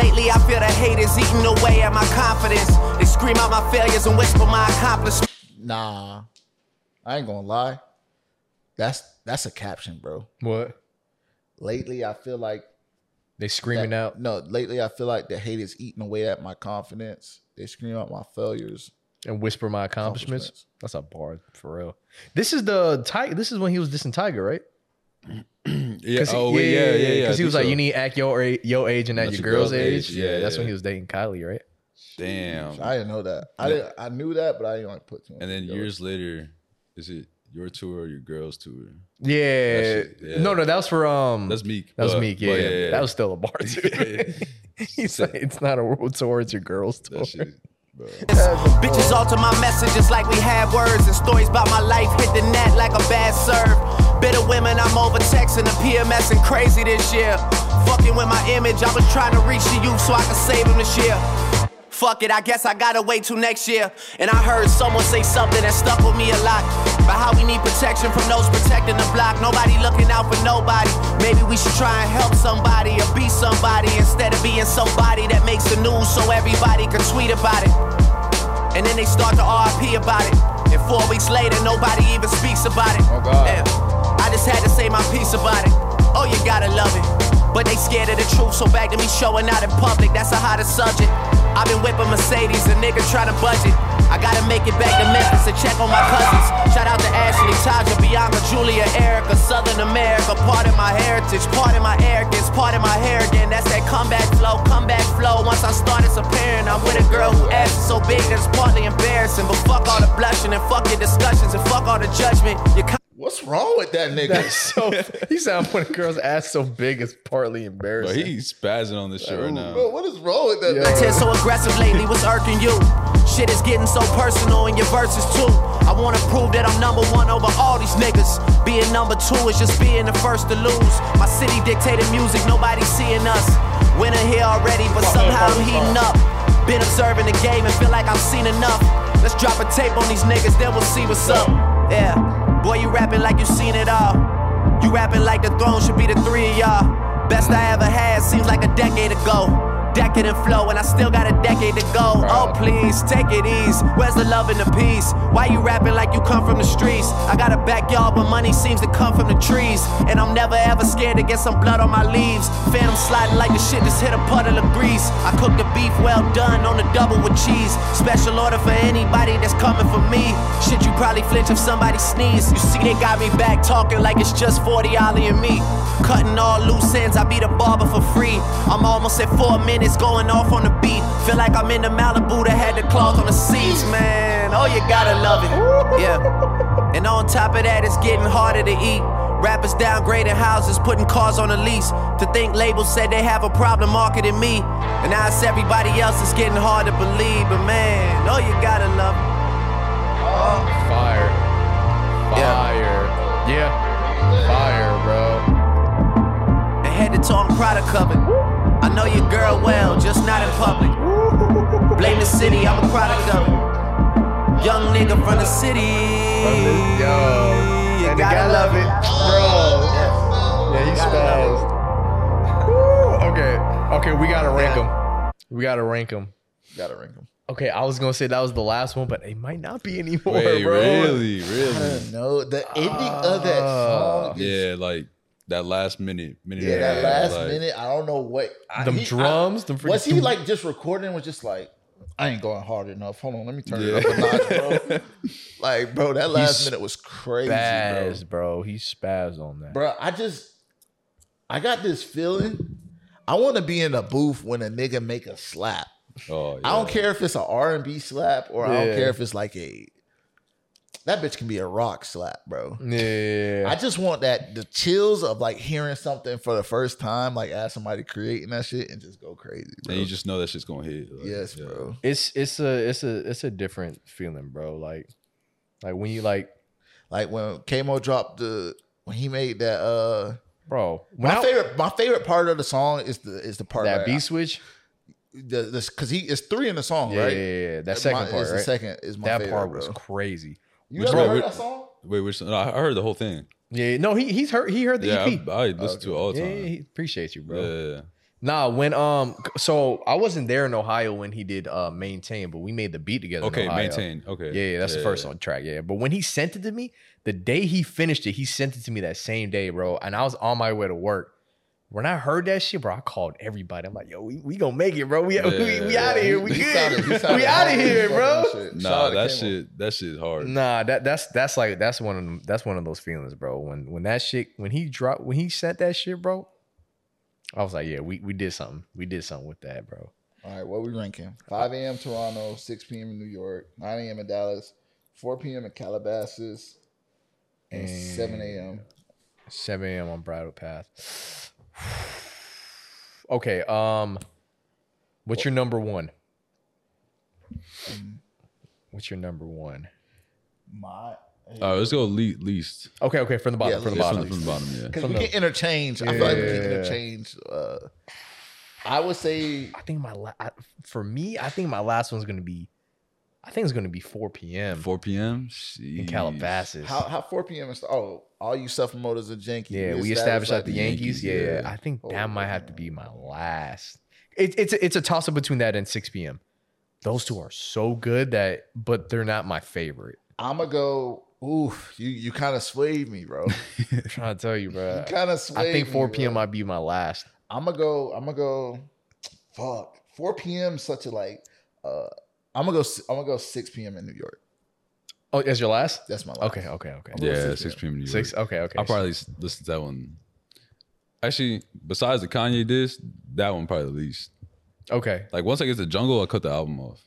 E: Lately, I feel the hate is eating away at my confidence. They scream out my failures and whisper my accomplishments.
C: Nah, I ain't gonna lie. That's that's a caption, bro.
A: What
C: Lately, I feel like
A: they screaming
C: that-
A: out,
C: No, lately I feel like the hate is eating away at my confidence. They scream out my failures.
A: and whisper my accomplishments.
C: Accomplishments.
A: That's a bar for real. This is the tiger. This is when he was dissing Tiger, right?
B: Yeah, oh, wait, yeah, yeah, yeah.
A: Because
B: I
A: he was
B: think
A: like,
B: so.
A: "You need to act your a- your age and at
B: That's
A: your girl's, age." Yeah, that's
B: yeah.
A: when he was dating Kylie, right?
B: Damn.
C: I didn't know that. I didn't, I knew that, but I didn't like put to it.
B: And then years later, is it your tour or your girl's tour?
A: Yeah.
B: That shit, yeah.
A: No, no, that was for um.
B: That's Meek.
A: That was
B: but-
A: Meek.
B: but
A: Yeah, that was still
B: <laughs>
A: a bar too. <laughs> He's like, it's not a world tour; it's your girls tour.
B: That shit, bro.
E: Bitches alter my messages like we had words and stories about my life hit the net like a bad serve. Bitter women, I'm over texting the PMS and crazy this year. Fucking with my image, I was trying to reach the youth so I could save them this year. Fuck it, I guess I gotta wait till next year. And I heard someone say something that stuck with me a lot. About how we need protection from those protecting the block. Nobody looking out for nobody. Maybe we should try and help somebody or be somebody instead of being somebody that makes the news so everybody can tweet about it. And then they start to RIP about it. And four weeks later, nobody even speaks about it.
C: Oh, God.
E: Yeah. I just had to say my piece about it. Oh, you gotta love it. But they scared of the truth, so back to me showing out in public. That's a hotter subject. I've been whipping Mercedes, a nigga trying to budget. I gotta make it back to Memphis and check on my cousins. Shout out to Ashley, Taja, Bianca, Julia, Erica, Southern America. Part of my heritage, part of my arrogance, part of my hair again. That's that comeback flow, comeback flow. Once I start disappearing, I'm with a girl who asks so big that it's partly embarrassing. But fuck all the blushing and fuck your discussions and fuck all the judgment. You're
C: What's wrong with that nigga?
A: That's so. <laughs> He sound when a girl's ass so big it's partly
B: But
A: embarrassing.
B: he's spazzing on this shit right now.
C: <laughs> Bro, what is wrong with that?
E: I
C: nigga?
E: tend so aggressive lately, what's irking you? Shit is getting so personal in your verses too. I wanna prove that I'm number one over all these niggas. Being number two is just being the first to lose. My city dictated music, nobody seeing us. Winner here already, but somehow I'm heating up. Been observing the game and feel like I've seen enough. Let's drop a tape on these niggas, then we'll see what's up. Yeah, boy, you rapping like you seen it all. You rapping like the throne should be the three of y'all. Best I ever had seems like a decade ago. Decadent flow, and I still got a decade to go. Oh, please, take it easy. Where's the love and the peace? Why you rapping like you come from the streets? I got a backyard, but money seems to come from the trees. And I'm never ever scared to get some blood on my leaves. Phantom sliding like the shit just hit a puddle of grease. I cook the beef well done on the double with cheese. Special order for anybody that's coming for me. Shit, you probably flinch if somebody sneeze. You see, they got me back talking like it's just 40 Ollie and me. Cutting all loose ends, I be the barber for free. I'm almost at four minutes going off on the beat. Feel like I'm in the Malibu that had the cloth on the seats, man. Oh, you gotta love it. Yeah. And on top of that, it's getting harder to eat. Rappers downgrading houses, putting cars on a lease. To think labels said they have a problem marketing me. And now it's everybody else, it's getting hard to believe. But man, oh, you gotta love it. Oh.
A: Fire. Fire. Yeah. Fire, bro.
E: and head to toe I'm proud of covered. I know your girl well, just not in public. Blame the city, I'm a product of it. Young nigga from the city.
A: Yo.
E: You
A: And the guy
E: gotta love it.
A: Bro. Yeah, he
E: Gotta love
A: spazzed. Woo, Okay. Okay, we gotta rank them. We gotta rank them.
C: Gotta ring him.
A: Okay, I was gonna say that was the last one, but it might not be anymore,
B: Wait,
A: bro.
B: really, really?
A: <laughs>
C: No, the ending of that
A: Ah.
C: song. is-
B: Yeah, like that last minute, minute.
C: Yeah,
B: and a
C: that
B: half,
C: last
B: like,
C: minute, I don't know what. I-
A: Them
C: he- I-
A: drums, them freaking
C: was he
A: doo-
C: like just recording? Was just like, I ain't going hard enough. Hold on, let me turn it up a
B: Yeah.
C: notch, bro. <laughs> like, bro, that last minute was crazy, bro.
A: Spaz, bro. He spazzed on that.
C: Bro, I just, I got this feeling. I want to be in a booth when a nigga make a slap.
B: Oh, yeah.
C: I don't care if it's an R and B slap or I
A: Yeah.
C: don't care if it's like a. That bitch can be a rock slap, bro.
A: Yeah.
C: I just want that the chills of like hearing something for the first time, like ask somebody creating that shit and just go crazy, bro.
B: And you just know that shit's gonna hit. like,
C: yes,
B: yeah.
C: bro.
A: it's it's a it's a it's a different feeling, bro. Like like when you like
C: Like when Kmo dropped the when he made that uh
A: bro, when
C: my
A: I-
C: favorite my favorite part of the song is the is the part
A: that
C: where
A: B
C: I-
A: switch,
C: the, this because he it's three in the song,
A: yeah,
C: right?
A: yeah, yeah, yeah.
C: My-
A: That second part,
C: is
A: right?
C: the second is my
A: that
C: favorite,
A: part was
C: bro.
A: crazy.
C: You
B: Which
C: ever
B: part?
C: heard
B: Which-
C: that song?
B: Wait, which? No, I I heard the whole thing.
A: Yeah, no, he he's heard he heard the
B: Yeah,
A: EP.
B: I, I listen to it all the
A: yeah,
B: time.
A: yeah, he appreciate you, bro.
B: Yeah.
A: Nah, when um, so I wasn't there in Ohio when he did uh maintain, but we made the beat together. in
B: Okay,
A: Ohio.
B: maintain. Okay.
A: Yeah, yeah, that's the first on track. Yeah, but when he sent it to me, the day he finished it, he sent it to me that same day, bro. And I was on my way to work. When I heard that shit, bro, I called everybody. I'm like, yo, we, we gonna make it, bro. <laughs> We we, we
B: Yeah.
A: out of
B: <laughs>
A: here. We
C: He
A: good.
C: sounded- he
A: <laughs>
C: sounded
A: we out of
C: happy
A: here,
C: fucking
A: bro.
C: shit. Shout out
B: Nah,
C: to
B: that
C: Kmo.
B: shit. That shit is hard.
A: Nah, that that's that's like that's one of them, that's one of those feelings, bro. When when that shit when he dropped when he sent that shit, bro, I was like, yeah, we we did something. We did something with that, bro.
C: All right, what we ranking? 5 a.m. Toronto, 6 p.m. in New York, 9 a.m. in Dallas, 4 p.m. in Calabasas, and 7 a.m.
A: 7 a.m. on Bridal Path. <sighs> okay, um, what's your number one? What's your number one?
C: My
B: All right, let's go le- least.
A: Okay, okay, from the bottom,
C: Yeah,
A: from the
B: This
C: let's-
B: one
A: bottom.
B: from the bottom. Yeah.
C: because we can interchange. I feel like we can interchange. Uh, I would say
A: I think my la- I, for me, I think my last one's gonna be, I think it's gonna be 4 p.m.
B: 4 p.m.
A: in
B: Jeez.
A: Calabasas.
C: how, how 4 p.m. is oh all you self promoters are janky.
A: yeah, we established at the Yankees.
B: Yankees,
A: Yeah,
B: yeah.
A: I think that
C: Oh,
A: might have to be my last. It, it's it's a toss up between that and 6 p.m. Those two are so good that, but they're not my
C: <laughs>
A: favorite.
C: I'm gonna go. Oof, you you kind of swayed me,
A: <laughs>
C: bro.
A: I'm trying to tell you, bro.
C: You kind of swayed.
A: I think
C: me,
A: 4
C: bro.
A: p.m. might be my last.
C: I'm gonna go. I'm gonna go. Fuck. 4 p.m. is such a like uh I'm gonna go. s- I'm gonna go 6 p.m. in New York.
A: Oh, as your last?
C: That's my last.
A: Okay, okay, okay.
B: Yeah, six p.m. in New York.
A: Six. Okay, okay.
B: I probably s- listen to that one. Actually, besides the Kanye diss, that one probably the least.
A: okay.
B: Like once I get to Jungle, I cut the album off.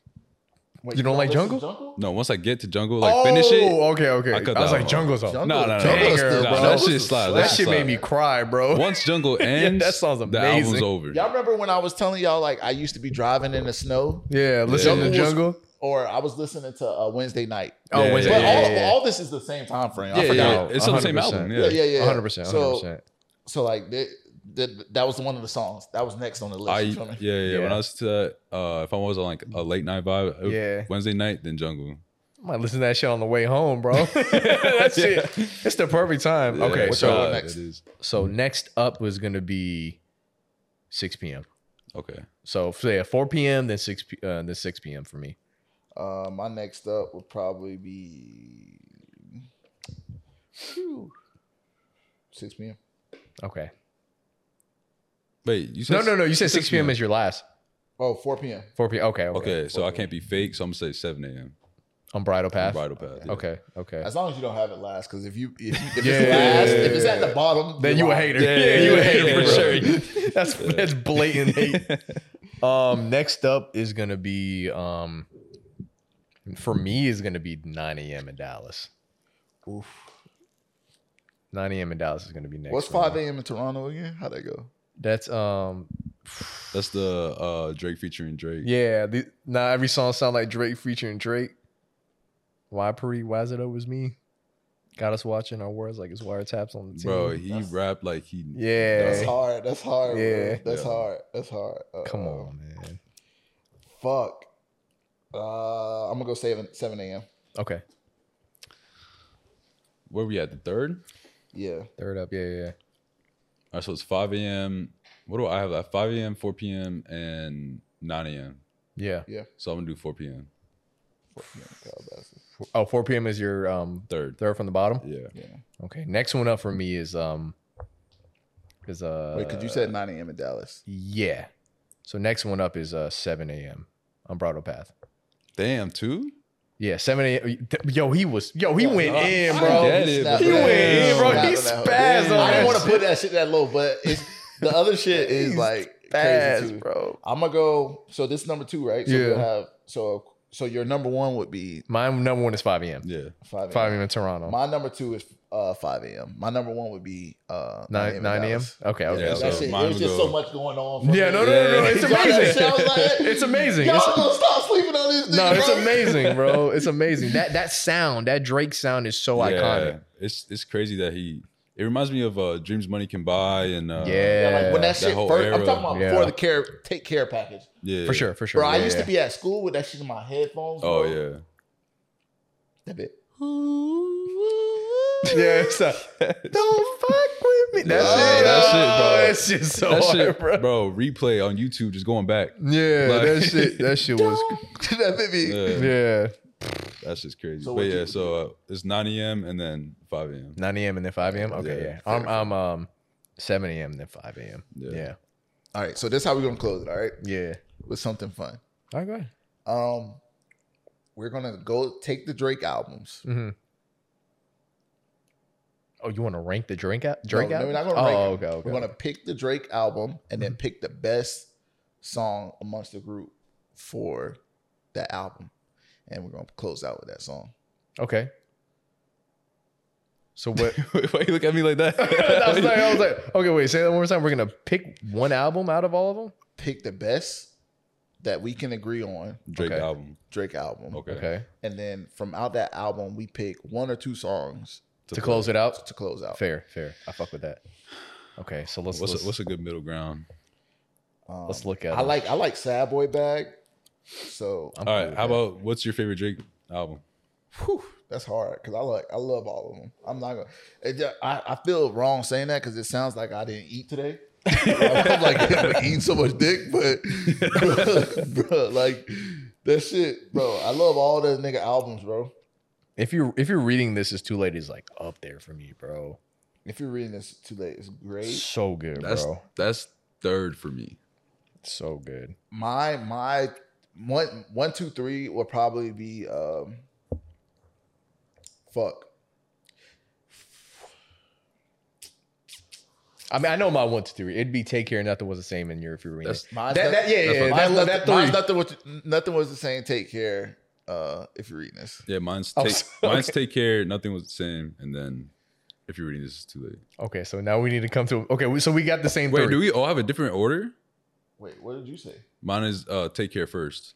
A: you don't like jungle?
B: No, once I get to Jungle, like finish it.
A: Oh, okay, okay. I,
B: I cut
A: was
B: that
A: like,
B: off.
A: jungle's off.
C: Jungle-
B: No, no, no,
C: Jungle's
A: Banger,
C: still,
A: nah,
C: bro.
B: that shit slide.
A: That shit
B: slide.
A: made me cry, bro.
B: Once
A: <laughs>
B: Jungle ends,
A: that sounds amazing.
B: The album's over.
C: Y'all remember when I was telling y'all like I used to be driving in the snow?
A: yeah, listen to
C: Jungle was-
A: jungle.
C: Or I was listening to uh, Wednesday night.
A: Oh,
B: Yeah,
A: Wednesday.
C: But
A: Yeah,
C: all,
A: yeah, yeah.
C: all this is the same time frame. I
B: Yeah,
C: forgot.
B: yeah, it's on the same
A: 100%.
B: album.
C: Yeah,
B: Yeah,
C: yeah, yeah.
A: 100%. 100%.
C: So, so like that, that, that was one of the songs that was next on the list.
B: I
C: you
B: yeah,
C: feel me?
B: yeah, When I was to uh, if I was on like a late night vibe, uh,
A: Yeah.
B: Wednesday night, then Jungle.
A: I might listen to that shit on the way home, bro. <laughs>
C: <laughs>
A: that
B: <laughs>
A: shit. It's the perfect time. okay,
B: Yeah,
A: so
B: uh,
C: next?
B: it is.
A: so next up was gonna be 6 p.m.
B: Okay,
A: So f- yeah, 4 p.m. then 6 p- uh, then 6 p.m. for me.
C: Uh, my next up would probably be Phew. six p.m.
A: Okay.
B: wait, you said
A: No, no, no. You said 6 p.m.
B: p.m.
A: is your last.
C: Oh, 4 p.m.
A: 4 p.m. Okay, okay.
B: Okay, so I can't be fake, so I'm gonna say seven a.m.
A: On bridal path.
B: Bridal path. yeah.
A: Okay, okay.
C: As long as you don't have it last, because if you if, you- if
A: Yeah,
C: it's
A: yeah,
C: last,
A: yeah,
C: if it's at the bottom,
A: Then you a
C: out.
A: hater.
B: Yeah,
A: Yeah,
B: yeah,
A: you a
B: yeah,
A: hater
B: yeah, <laughs>
A: for sure. <laughs> That's that's blatant <laughs> hate. Um, next up is gonna be um, for me is gonna be 9 a.m. in Dallas. Oof. 9 a.m. in Dallas is gonna be next.
C: What's
A: for me.
C: five a.m. in Toronto again? How'd that go?
A: That's um,
B: That's the uh, Drake featuring Drake.
A: yeah. The, now every song sound like Drake featuring Drake. Why Puri? Why is it always me? Got us watching our words like it's wiretaps on the team.
B: bro, he rapped like he.
A: yeah.
C: That's hard. That's hard.
A: Yeah.
C: Yeah, that's
B: Yeah.
C: hard. That's hard. Uh,
A: Come on, man.
C: fuck. Uh, I'm gonna go seven seven a.m.
A: Okay.
B: Where we at the third?
C: Yeah,
A: Third up. Yeah, yeah. yeah.
B: All right, so it's five a.m. What do I have? At five a.m., four p.m., and nine a.m.
A: Yeah.
C: yeah.
B: So I'm gonna do four p.m.
A: Oh, 4 p.m. is your um
B: Third.
A: third from the bottom.
B: Yeah.
A: Okay. Next one up for me is um is uh
C: Wait, because you said 9 a.m. in Dallas.
A: yeah. So next one up is uh 7 a.m. on Bridal Path.
B: Damn, two.
A: Yeah, 7 a.m. Yo, he was yo, he went in,
B: I
A: bro.
B: get it,
C: Snap
B: but
A: He went in,
C: Damn.
A: bro.
C: Snap
A: He
C: it out.
A: spazzed on
C: I
A: that
C: didn't want to
A: shit.
C: put that shit that low, but it's, the
A: <laughs>
C: other shit is like crazy too.
A: bro.
C: I'm gonna go. So this number two, right? So
A: Yeah.
C: we'll have so so your number one would be
A: My number one is 5 a.m.
B: Yeah.
C: five
A: 5
C: a.m.
A: a.m. in Toronto.
C: My number two is uh 5 a.m. My number one would be uh
A: 9 9 a.m. Okay, okay.
B: Yeah,
A: okay.
C: That
B: So
C: shit.
B: mine
C: There's
B: would
C: just
B: go-
C: so much going on.
A: Yeah,
C: for
A: no, no,
C: me.
A: no, no. It's
C: <laughs> Y'all got that shit, I
A: amazing.
C: was
A: <laughs>
C: like,
A: It's amazing.
C: Y'all
A: It's-
C: gonna stop sleeping on
A: <laughs>
C: this?
A: no,
C: nigga,
A: it's
C: bro.
A: amazing, bro. It's amazing. That that sound, that Drake sound is so
B: yeah. <laughs>
A: iconic.
B: It's it's crazy that he. It reminds me of uh, Dreams Money Can Buy and uh,
A: Yeah.
C: Yeah, like when
B: That
C: that shit
B: whole
C: first, I'm
B: era.
C: talking about
A: Yeah.
C: before the care take care package.
B: yeah
A: For sure, for sure.
C: Bro, I
A: Yeah,
C: used
A: yeah.
C: to be at school with that shit in my headphones.
B: Oh
C: bro.
B: yeah.
C: That bit.
A: Yeah, it's a, don't fuck with me. That's
B: Oh,
A: it.
B: that shit,
A: oh,
B: bro.
A: That shit so
B: That
A: hard,
B: shit,
A: bro.
B: bro. Replay on YouTube, just going back.
A: Yeah,
B: Like-
A: that
B: <laughs>
A: shit. That shit was. <laughs>
C: that bit be.
B: Yeah,
A: Yeah,
B: that's just crazy.
C: So
B: but
C: what
B: yeah,
C: you-
B: so uh, it's 9 a.m. and then 5 a.m.
A: nine a.m. and then five a.m. Okay, yeah.
B: Yeah.
A: I'm I'm um seven a.m. and then five a.m. Yeah.
B: Yeah.
A: yeah,
C: All right, so this how we're gonna close it. All right, with something fun.
A: All right, go ahead.
C: Um, we're gonna go take the Drake albums.
A: Oh, you want to rank the drink out? Drink
C: no,
A: out?
C: No, we're not gonna
A: oh,
C: rank
A: okay,
C: them.
A: okay. Mm-hmm.
C: We're gonna pick the Drake album and then pick the best song amongst the group for that album, and we're gonna close out with that song.
A: okay. So what?
B: <laughs> Why you look at me like
A: <laughs>
B: that?
A: I was like, I was
C: <laughs>
A: like, okay, wait, say that one more time. We're gonna pick one album out of all of them.
C: Pick the best that we can agree on
B: Drake
A: Okay.
B: album.
C: Drake album.
B: Okay.
A: Okay,
C: And then from out that album, we pick one or two songs
A: to close it out.
C: to close out.
A: Fair, fair. I fuck with that. Okay, so let's
B: What's
A: let's,
B: a, what's a good middle ground?
C: Um,
A: let's look at.
C: I
A: them.
C: like I like Sad Boy Bag. So
B: All
A: I'm cool
B: right,
A: with
B: how
A: that.
B: about what's your favorite Drake album?
C: whew, that's hard because I like I love all of them. I'm not gonna. It, ju- I, I feel wrong saying that because it sounds like I didn't eat today. <laughs> I'm like I'm eating so much dick, but <laughs> bro, like that shit, bro. I love all those nigga albums, bro.
A: If you're if you're reading this, it's too late. Is like up there for me, bro.
C: If you're reading this too late, it's great.
A: So good,
B: That's
A: bro.
B: that's third for me.
A: So good.
C: My my one one two three will probably be um fuck.
A: I mean, I know my one to three. It'd be take care. Nothing was the same in your if you were in it.
C: Mine's
A: That-
C: not-
A: that- yeah, yeah, yeah,
C: Mine's,
A: that-
C: nothing,
A: that
C: mine's
A: three.
C: nothing was nothing was the same. Take care. Uh, if you're reading this,
B: Yeah, mine's
A: Oh,
B: take,
A: so-
B: mine's
A: okay.
B: take care. Nothing was the same, and then if you're reading this, it's too late.
A: Okay, so now we need to come to. Okay, we- so we got the same.
B: Wait,
A: three.
B: do we all have a different order?
C: wait, what did you say?
B: Mine is uh, take care first.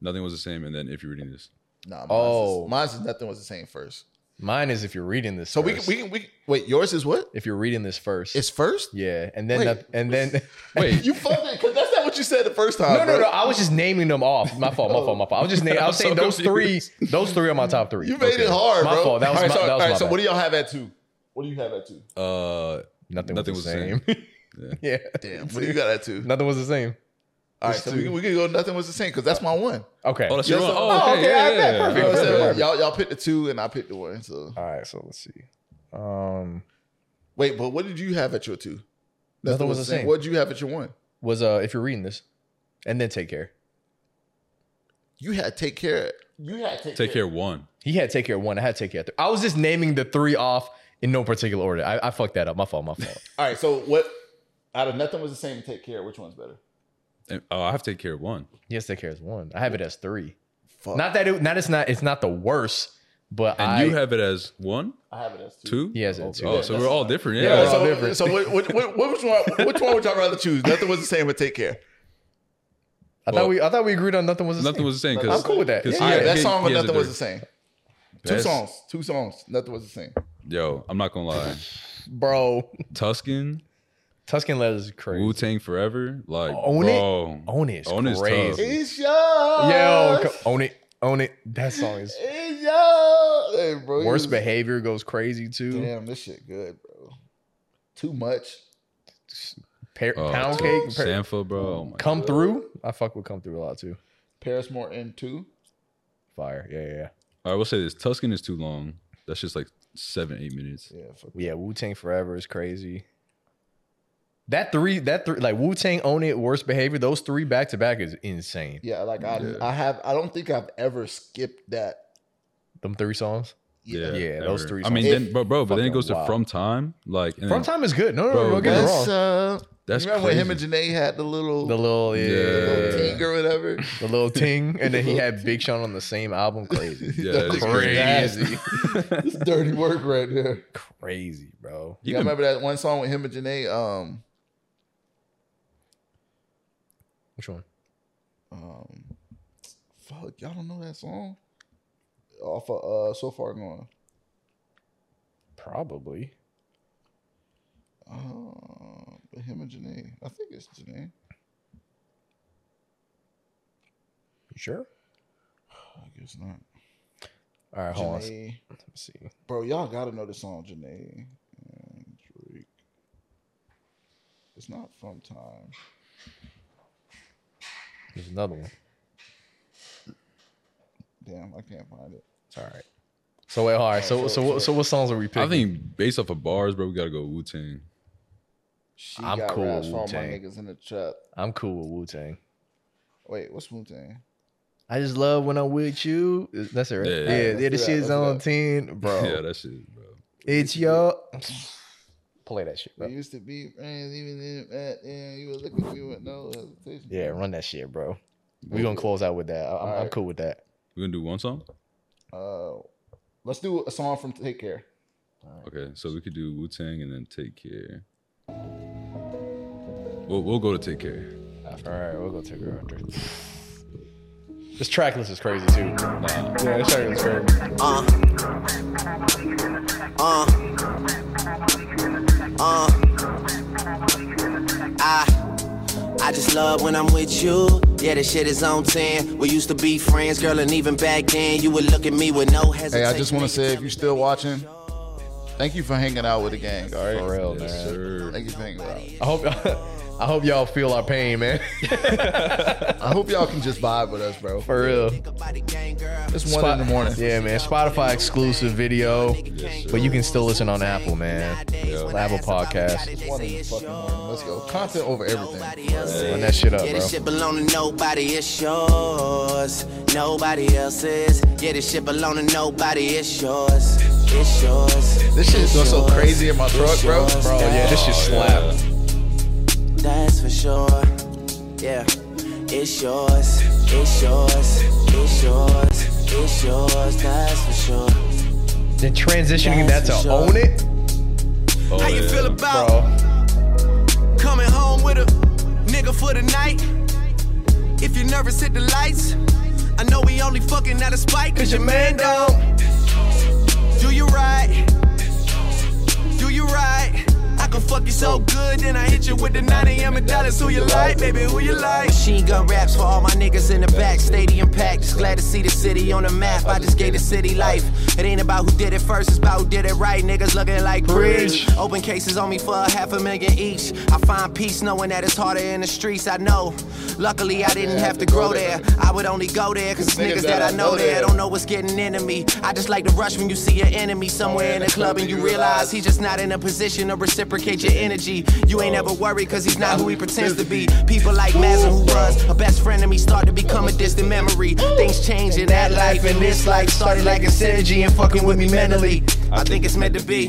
B: Nothing was the same, and then if you're reading this,
C: No, mine's,
A: Oh.
C: is, mine's is nothing was the same first.
A: Mine is if you're reading this.
C: So we can,
A: first.
C: we can we can, wait. Yours is what?
A: if you're reading this first.
C: It's first.
A: yeah, and then
C: Wait.
A: the- and <laughs> then
B: wait,
C: You fucked it because that's not what you said the first time.
A: no no
C: bro. Oh.
A: no. I was just naming them off. My fault.
C: <laughs>
A: My fault. My fault. I was just naming. I was
B: I'm
A: saying
B: so
A: those three. Those three are my top three.
C: You made
A: Okay.
C: it hard,
A: My
C: bro.
A: fault. That was
C: all right,
A: my,
C: so,
A: that was
C: all
A: my
C: right, so
A: bad.
C: what do y'all have at two? What do you have at two?
B: uh,
A: nothing,
B: nothing
A: was,
B: was
A: the
B: the
A: same. <laughs> yeah.
C: Damn, what do you got at two?
A: nothing was the same.
C: All right, so we, we can go. Nothing was the same because that's my one.
A: Okay.
B: oh, that's your
C: Yes,
B: one.
C: sir.
B: Oh,
A: Oh,
B: okay,
A: okay, I
B: yeah,
A: bet.
B: yeah,
A: Perfect.
B: yeah.
C: You know what I'm
A: Okay.
C: saying? y'all y'all picked the two and I picked the one. So
A: All right. So let's see. Um,
C: wait, but what did you have at your two?
A: Nothing was the same.
C: What did you have at your one?
A: was uh if you're reading this, and then take care.
C: You had take care. You had take,
B: Take care one.
A: He had take care of one. I had take care. Of three. I was just naming the three off in no particular order. I, I fucked that up. My fault. My fault.
C: All right, so what? Out of nothing was the same. and Take care. Which one's better?
B: <laughs> And, oh, I have to take care of one.
A: yes, take care is one. I have it as three.
C: Fuck.
A: Not that it. Not it's not. It's not the worst. But
B: And
A: I,
B: you have it as one,
C: I have it as two.
B: two.
A: He has it
B: Oh,
A: as two.
B: oh, so we're all different.
C: Yeah,
B: Yeah.
A: all
C: so,
A: different.
C: so what, what, what, what- which one? Which one would y'all rather choose? Nothing was the same. But take care.
A: I thought we. I thought we agreed on nothing was the
B: Nothing
A: same.
B: was the same.
A: I'm cool with that.
B: because
A: Yeah,
C: Yeah,
B: he-
C: that
B: he-
C: song
B: he
C: with
B: has
C: nothing
B: a
C: was the
B: dirt.
C: same. Two
B: That's-
C: songs. Two songs. Nothing was the same.
B: Yo, I'm not gonna lie.
A: <laughs> bro.
B: Tuscan,
A: Tuscan letters is crazy.
B: Wu Tang Forever, like
A: Own It?
B: bro,
A: Own It is
B: Oh. tough.
A: crazy.
C: It's
A: Yo,
C: yours.
A: co- own it, own it. That song is
C: It's yours. Hey, bro, you
A: worst
C: was-
A: behavior goes crazy too.
C: Damn, this shit good, bro. Too much.
A: Pa-
B: Oh,
A: pound
B: dude,
A: cake, pa-
B: Sampha, bro. Oh my
A: come through. I fuck with come through a lot too.
C: Paris Morton two.
A: Fire. Yeah, yeah, yeah.
B: All right, we'll say this. Tuscan is too long. That's just like seven, eight minutes.
C: Yeah, fuck.
A: Yeah, Wu Tang Forever is crazy. That three, that three, like Wu Tang, Own It, Worst Behavior, those three back to back is insane.
C: Yeah, like I, I have. I don't think I've ever skipped that.
A: Them three songs.
B: Yeah,
A: Yeah, those three
B: I mean,
C: songs.
B: then, but bro, but then it
A: Fucking
B: goes to
A: wild.
B: from time, like and
A: From
B: then-
A: Time is good. No, no,
B: Bro,
A: no, don't get me wrong.
C: That's uh.
B: That's
C: you remember
B: crazy.
C: when him and Janae had the little
A: the little, yeah,
B: Yeah.
C: little ting or whatever?
A: the little ting, and
B: <laughs>
A: then he had Big Sean on the same album. Crazy,
B: Yeah, that's
A: crazy,
C: <laughs> This is dirty work right there.
A: crazy, bro.
C: You
B: can-
C: remember that one song with him and Janae? Um,
A: Which one?
C: um, fuck, y'all don't know that song off of uh, So Far Gone.
A: Probably.
C: Um, but him and Janae, I think it's Janae.
A: You sure?
C: I guess not.
A: All right, hold on. Let me
C: Janae,
A: see.
C: bro, y'all gotta know the song Janae and Drake. It's not from time.
A: There's another one.
C: Damn, I can't find it.
A: It's all right. So wait, all right. So so what, so what songs are we picking?
B: I think based off of bars, bro, we gotta go Wu Tang.
C: She
A: I'm
C: got
A: cool
C: raps
A: with
C: for all my
A: Wu-Tang.
C: niggas in the trap.
A: I'm cool with Wu Tang.
C: Wait, what's Wu Tang?
A: I just love when I'm with you. That's it, right?
B: Yeah.
A: Yeah, yeah,
C: Let's do
A: the
C: that,
A: shit's
C: let's do
A: on
C: that.
A: 10,
B: <laughs>
A: bro.
B: Yeah, that shit, bro.
A: it's your. Play that shit,
C: We
A: bro.
C: used to be friends, even if back then you were looking at me with no hesitation.
A: Yeah, run that shit, bro. We're going to close out with that. I- I'm, I'm
C: Alright.
A: cool with that.
B: We gonna do one song?
C: Uh, let's do a song from Take Care.
B: Okay, so we could do Wu Tang and then Take Care. We'll, we'll go to Take Care.
A: All right, we'll go take her after. <sighs> This track list is crazy, too. Yeah, this track list is crazy.
L: Uh. Uh. Uh.
H: I, I just love when I'm with you. Yeah, the shit is on 10. We used to be friends, girl, and even back then, you would look at me with no
C: Hey,
H: hesitation.
C: I just want to say, if you're still watching, Thank you for hanging out with the gang. All right.
A: For real, man.
C: Thank you for hanging out.
A: I hope I hope y'all <laughs> feel our pain, <laughs> man.
C: I hope y'all can just vibe with us, bro.
A: For real.
C: It's one in the morning.
A: Yeah, man. Spotify exclusive video, but you can still listen on Apple, man. Apple Podcast.
C: One in the fucking morning. Let's go. Content over everything.
A: Run that shit up,
E: Yeah,
A: bro.
E: this shit belong to nobody, it's yours. Nobody else's. Yeah, this shit belong to nobody, it's yours. It's yours.
C: This shit is going so
E: It's yours.
C: crazy in my truck, bro.
E: It's yours.
A: Bro, yeah, this shit slap.
E: That's for sure. Yeah, it's yours. It's yours. It's yours. It's yours. That's for sure.
A: Then transitioning that
E: That's
A: to
E: for sure.
A: own it,
B: Oh,
E: How you
B: yeah.
E: feel about
A: bro.
E: coming home with a nigga for the night? If you're nervous, hit the lights. I know we only fucking out of spite, cause your man don't. Do you right? Do you right? I can fuck you so good, then I hit you with the 9 a.m. and dollars. Who you like, baby? Who you like? Machine gun raps for all my niggas in the back. Stadium packed. Just glad to see the city on the map. I just gave the city life. It ain't about who did it first, it's about who did it right. Niggas looking like bridge. Open cases on me for a half a million each. I find peace knowing that it's harder in the streets. I know. Luckily, I didn't have to grow there. I would only go there because niggas that I know there don't know what's getting into me. I just like to rush when you see an enemy somewhere in the club and you realize he's just not in a position to reciprocate your energy. You ain't ever worried because he's not who he pretends to be. People like Mazin who was a best friend of me start to become a distant memory. Things change in that life and this life started like a synergy and fucking with me mentally. I
A: <laughs>
E: think it's meant to be.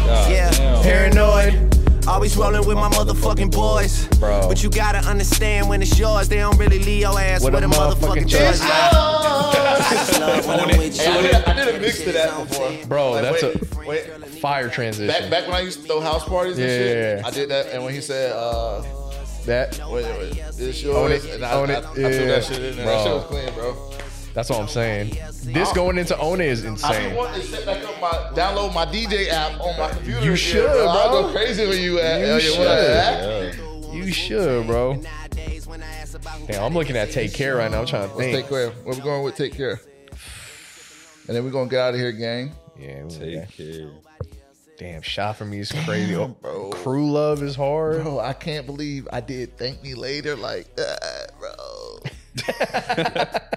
E: Yeah, paranoid. Always rolling with my motherfucking boys.
A: Bro.
E: But you gotta understand when it's yours, they don't really leave your ass
A: With
E: with
A: a
E: a
A: motherfucking
E: motherfucking
A: choice.
E: choice. <laughs> I just love when I'm with
F: I
E: you.
F: did, a- I did a mix to that before.
A: Bro,
F: Like,
A: that's
F: wait,
A: a
F: wait.
A: fire transition.
F: Back back when I used to throw house parties and shit,
A: Yeah.
F: I did that. And when he said, uh,
A: That
F: wait, wait, it's yours,
A: Own it,
F: and I,
A: own
F: I,
A: it,
F: I
A: yeah.
F: threw that shit in there. That shit
A: Bro.
F: was clean, bro.
A: that's what I'm saying. This going into own it is
F: Oh. I be
A: insane.
F: wanting to set back up my download my DJ app on my computer. again,
A: should,
F: I'll
A: bro.
F: go crazy when you at.
A: You
F: Elliot, what up,
A: should.
F: eh?
A: You should, bro. Damn, I'm looking at take care right now. I'm trying to
C: Let's
A: think.
C: take care. Where we going with take care. And then we're gonna get out of here, gang.
A: Yeah,
B: Take care.
A: damn, shot for me is crazy. Oh, Crew love is hard.
C: Bro, I can't believe I did thank me later like that, bro.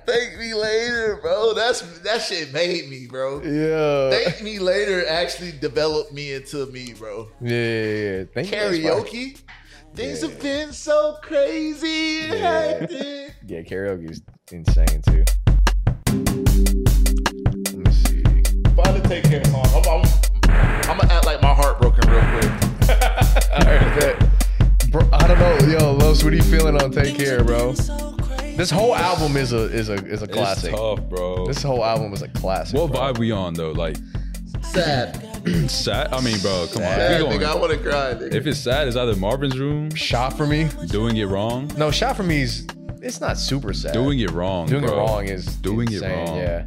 F: Thank me later, bro. That's that shit made me, bro.
A: Yeah.
F: Thank me later actually developed me into me, bro.
A: Yeah, yeah, yeah. Thank you, that's fire.
F: Karaoke. Things have been so crazy and hectic.
A: Yeah, karaoke is insane too. Let me see.
F: Find a take care song. I'm, I'm, I'm gonna act like my heart broken real
A: <laughs>
F: quick.
A: All right, bet. Bro, I don't know, yo, Los. What are you feeling on Take Care, bro? This whole album is a is a is a classic.
B: It's tough, bro.
A: This whole album is a classic.
B: What
A: bro.
B: vibe we on though? Like
C: Sad.
B: <clears throat> sad? I mean, bro, come
F: Hey,
B: on. We
F: nigga, I
B: going,
F: wanna cry, nigga.
B: if it's sad, it's either Marvin's room,
A: Shot for me?
B: doing it wrong,
A: No, shot for me's. It's not super sad.
B: doing it wrong,
A: doing
B: bro.
A: it wrong is
B: doing
A: insane,
B: it wrong.
A: Yeah.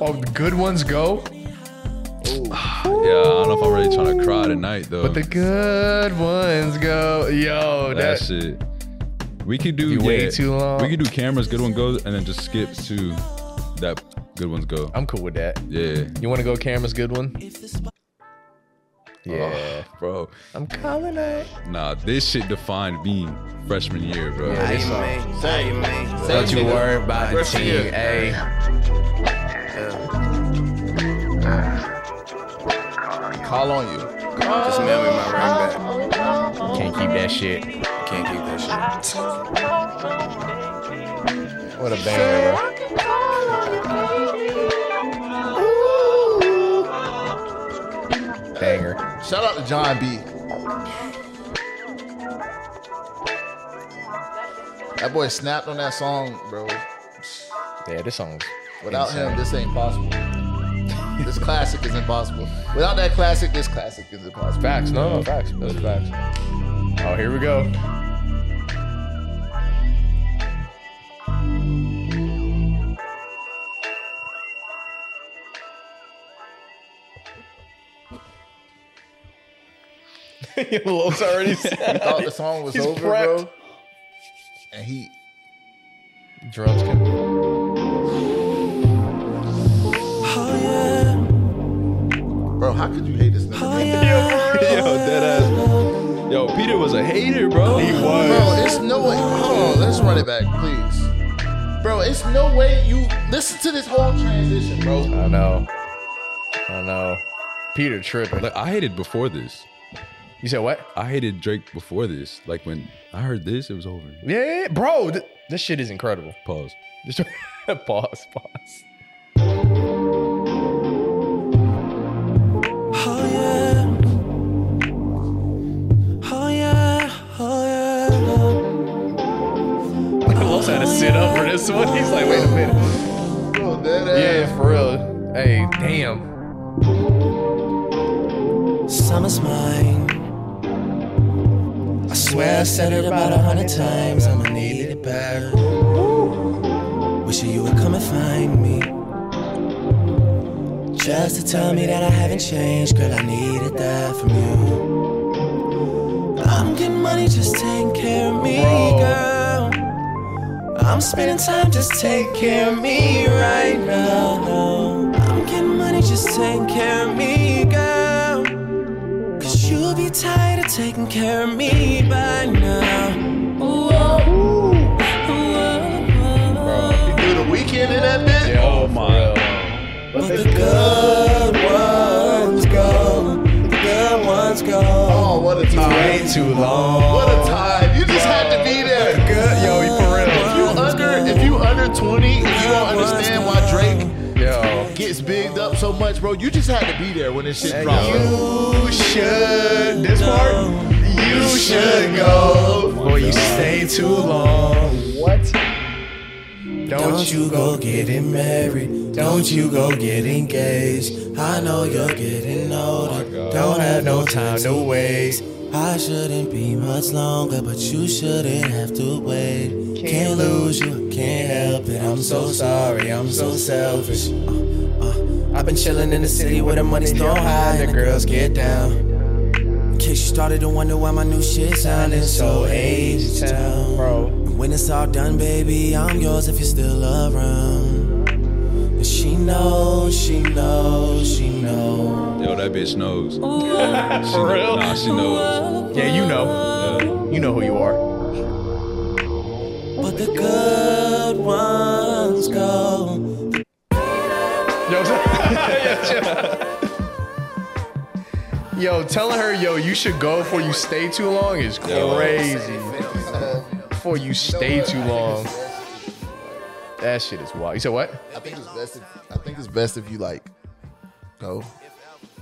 A: Oh, the good ones go,
B: Yeah, I don't know if I'm really trying to cry tonight though.
A: but the good ones go. Yo,
B: that
A: Oh, that,
B: shit. We could do
A: You wait too long.
B: We could do cameras, good one goes, and then just skip to that good ones go.
A: I'm cool with that.
B: Yeah,
A: You want to go, cameras? Good one. Yeah.
B: Oh, bro.
A: I'm calling out.
B: Nah, this shit defined me freshman year, bro.
A: Yeah, this song.
E: Same, man.
A: Don't you worry about the
F: Freshman year.
A: team, A.
C: Call on you.
E: Just mail me my ring back.
A: Can't keep that shit.
E: Can't keep that shit.
A: What a band, bro. Banger.
C: Shout out to John B. That boy snapped on that song, bro.
A: Yeah, this song's
C: Without him,
A: insane.
C: this ain't possible. this classic is impossible. Without that classic, this classic is impossible.
A: Facts, no, facts. That's facts. Oh, here we go. Los already
C: He thought the song was
A: <laughs> He's
C: over,
A: prepped.
C: bro. And he
A: Drums can.
H: Oh yeah,
C: bro, how could you hate this nigga?
H: Oh yeah.
B: <laughs> Yo, dead ass. Yo, Peter was a hater, bro. He
C: Bro, it's no way. Hold on, let's run it back, please. Bro, it's no way you listen to this whole transition, bro.
A: I know. I know. Peter tripping.
B: Like I hated before this.
A: You said what?
B: I hated Drake before this. Like when I heard this, it was over.
A: Yeah, bro. Th- this shit is incredible.
B: Pause.
A: Just <laughs> pause, pause.
H: Oh yeah. Oh yeah. Oh
A: Los had to sit up for this one. He's like, wait a minute.
C: Bro, that ass.
A: Yeah, for real. Hey, damn.
H: yeah. Summer's mine. I swear I said it about a hundred times. I'ma need it back. Wishing you would come and find me. Just to tell me that I haven't changed, girl. I needed that from you. I'm getting money, just take care of me, girl. I'm spending time, just take care of me right now. I'm getting money, just take care of me, girl. Cause you'll be tired of taking care of me by now. Ooh, oh, ooh, oh, oh.
C: Through the weekend in that bitch.
A: Yeah, oh my.
H: But the good ones go. The good ones go.
C: Oh, what a time.
A: Way too long.
C: What a time. You just had to be there.
A: Good, yo, you for real.
C: If you under, if you under 20, if you don't understand why Drake
A: Yo,
C: gets bigged up so much, bro, you just had to be there when this shit dropped.
A: you should. This part, you should go. Or you stay too long. What?
H: Don't
A: Don't you?
H: you go getting married. Don't you go get engaged. I know you're getting older. Don't have no time to waste. I shouldn't be much longer, but you shouldn't have to wait. Can't lose you, can't help it. I'm so sorry, I'm so selfish. Uh, uh, I've been chilling in the city where the money's thrown high and the girls get down. In case you started to wonder why my new shit sounding so age town. When it's all done, baby, I'm yours if you're still around. And she knows, she knows, she knows.
B: Yo, that bitch knows. For
A: real?
B: Nah, she knows.
A: Yeah, you know.
B: Yeah.
A: You know who you are.
H: But the good ones go.
A: Yo, <laughs> yo, telling her, yo, you should go before you stay too long is
B: Yo.
A: crazy. Before you stay too long. That shit is wild. You said what?
C: I think it's best. If, I think it's best if you like go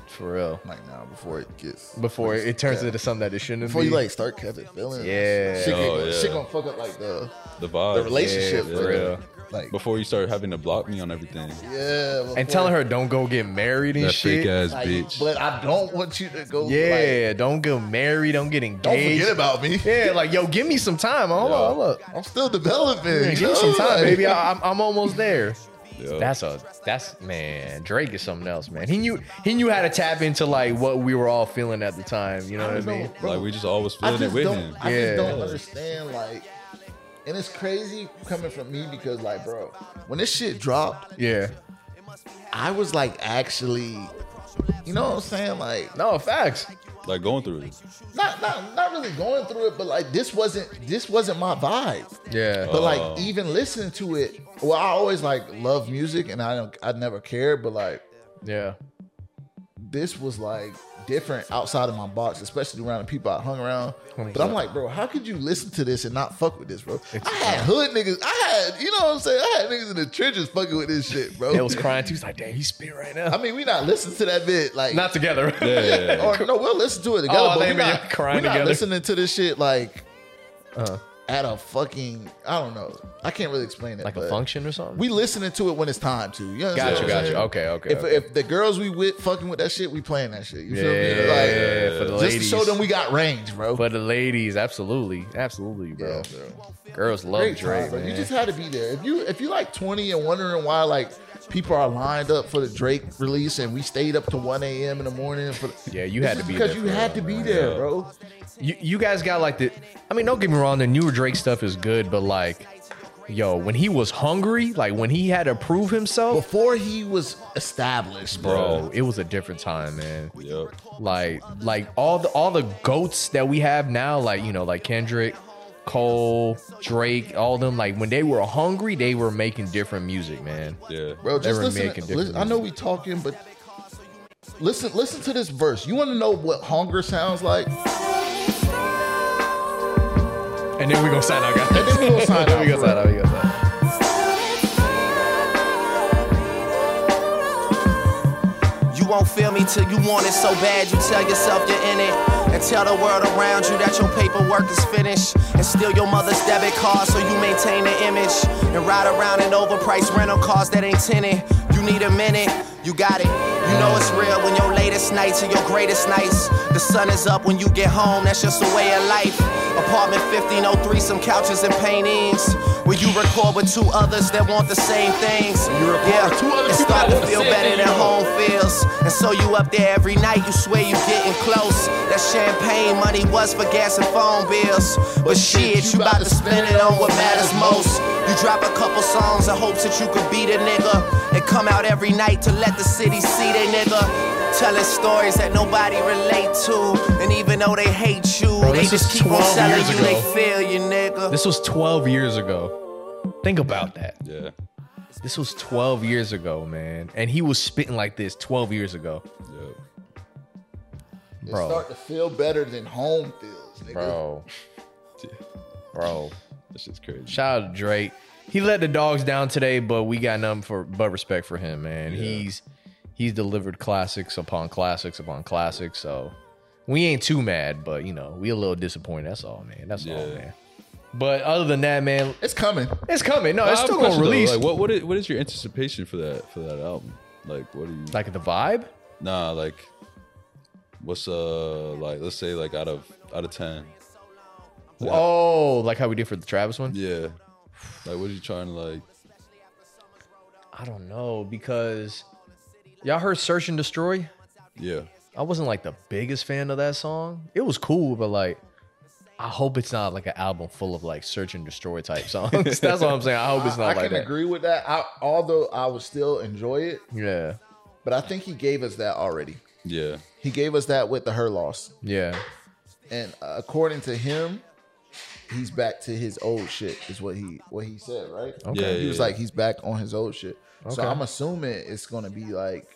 A: For real.
C: like now before it gets
A: Before it turns into something that it shouldn't
C: before
A: be.
C: you like start catching feelings.
A: Yeah.
C: shit, gonna-
B: Oh, yeah.
C: shit gonna fuck up like the
B: The vibe.
C: the relationship.
B: Yeah,
C: for
B: yeah.
C: real. Like
B: Before you start having to block me on everything.
C: yeah, before,
A: and telling her don't go get married and
B: That fake
A: shit.
B: ass
C: like,
B: bitch.
C: But I don't want you to go. like,
A: Yeah, don't get married, don't get engaged.
C: don't forget about me.
A: Yeah, like yo, give me some time. Hold
B: Yo.
A: on, look.
C: I'm still developing.
A: Yeah, give me
C: yo,
A: some time,
C: like-
A: baby. I, I'm, I'm almost there.
B: Yo.
A: That's a that's man. Drake is something else, man. He knew he knew how to tap into like what we were all feeling at the time. You know what I mean?
C: No, bro.
B: like we just always
C: I
B: feeling it
C: just
B: with
C: don't.
B: him.
C: I
A: Yeah.
C: just don't understand. Like, and it's crazy coming from me because, like, bro, when this shit dropped,
A: Yeah.
C: I was like, actually, you know what I'm saying? Like,
A: No facts.
B: Like going through it.
C: not not not really going through it, but like this wasn't this wasn't my vibe.
A: Yeah.
C: But
B: Oh.
C: like even listening to it, well, I always like love music, and I don't I never cared, but like
A: Yeah.
C: this was like different outside of my box, especially around the people I hung around. But I'm like, bro, how could you listen to this and not fuck with this, bro? I had hood niggas. I had, you know what I'm saying? I had niggas in the trenches fucking with this shit, bro.
A: It was crying too. He's like, damn, he's spit right now.
C: I mean, we not listening to that bit like
A: Not together.
B: Yeah, yeah, yeah.
C: <laughs> or no, we'll listen to it together.
A: Oh,
C: but
A: they
C: we're
A: been
C: not,
A: crying
C: we not
A: together.
C: listening to this shit like
A: Uh-huh.
C: at a fucking I don't know. I can't really explain it.
A: like a
C: but
A: function or something.
C: We listening to it when it's time to. You understand
A: Gotcha,
C: what I'm
A: gotcha.
C: saying?
A: Okay, okay,
C: If,
A: okay.
C: if the girls we with fucking with that shit, we playing that shit. You
A: yeah,
C: feel me? Like
A: for the
C: just
A: ladies.
C: to show them we got range, bro.
A: for the ladies, absolutely, absolutely, bro.
C: Yeah, bro.
A: Girls love
C: Great
A: Drake,
C: time, bro.
A: man.
C: You just had to be there. If you if you like 20 and wondering why like people are lined up for the Drake release and we stayed up to 1 a.m. in the morning for the,
A: <laughs> yeah, you
C: This
A: had to
C: is
A: be
C: because
A: there
C: you
A: for
C: had
A: it,
C: to be
A: man.
C: there,
B: Yeah.
C: bro.
A: you you guys got like the I mean, don't get me wrong, the newer Drake stuff is good, but like yo, when he was hungry, like when he had to prove himself,
C: Before he was established, bro.
A: bro, it was a different time, man.
B: Yep.
A: Like, like all the all the goats that we have now, like you know, like Kendrick, Cole, Drake, all them. Like when they were hungry, they were making different music, man.
B: Yeah.
C: Bro, just
A: Every
C: listen,
A: man can
C: to- listen. I know we talking, but listen, listen to this verse. You want to know what hunger sounds like?
A: And then we gonna sign out, guys.
C: And then we gonna sign
A: Then <laughs> we
C: out,
A: gonna sign out. We gonna sign out.
E: You won't feel me till you want it so bad you tell yourself you're in it. And tell the world around you that your paperwork is finished. And steal your mother's debit card so you maintain the image. And ride around in overpriced rental cars that ain't tinted. You need a minute, you got it. You know it's real when your latest nights are your greatest nights. The sun is up when you get home, that's just a way of life. Apartment 1503, some couches and paintings. Where you record with two others that want the same things. You record yeah,
C: with two other
E: it's
C: people that
E: starting
C: want
E: to
C: the
E: feel
C: same
E: better
C: thing,
E: than
C: you know.
E: home home feels. And so you up there every night, you swear you getting close. That champagne money was for gas and phone bills. But shit, you about to spend it on what matters most. You drop a couple songs in hopes that you could beat a nigga. And come out every night to let the city see they nigga. Telling stories that nobody relate to. And even though they hate you,
A: Bro,
E: they
A: this
E: just
A: is
E: keep on
A: 12
E: telling
A: years
E: you they
A: ago.
E: feel you, nigga.
A: This was 12 years ago. Think about that.
B: Yeah.
A: This was 12 years ago, man. And he was spitting like this 12 years ago.
B: Yep.
A: Bro.
C: It start to feel better than home feels,
B: <laughs>
C: nigga.
A: Bro. Bro.
B: That shit's crazy.
A: Shout out to Drake. He let the dogs down today, but we got nothing for but respect for him, man. He's he's delivered classics upon classics upon classics. So we ain't too mad, but you know, we a little disappointed. That's all, man. That's all,
B: Yeah.
A: man. But other than that, man,
C: It's coming.
A: it's coming. No, it's
B: I have a
A: still gonna
B: question, though.
A: release.
B: Like, what what is, what is your anticipation for that for that album? Like, what do you?
A: like the vibe?
B: Nah, like, what's uh like? Let's say like out of out of ten.
A: Oh, like how we did for the Travis one?
B: Yeah. Like, what are you trying to like?
A: I don't know because y'all heard Search and Destroy.
B: Yeah.
A: I wasn't like the biggest fan of that song. It was cool, but like I hope it's not like an album full of like Search and Destroy
C: <laughs>
A: type songs. <laughs> That's what I'm saying. I hope it's not
C: I, I
A: like
C: can
A: that.
C: agree with that. I, although I would still enjoy it,
A: Yeah.
C: but I think he gave us that already.
B: Yeah.
C: He gave us that with the her loss,
A: Yeah.
C: and uh, according to him, he's back to his old shit. Is what he what he said, right?
A: Okay.
B: Yeah.
C: He was like he's back on his old shit. So
A: Okay.
C: I'm assuming it's gonna be like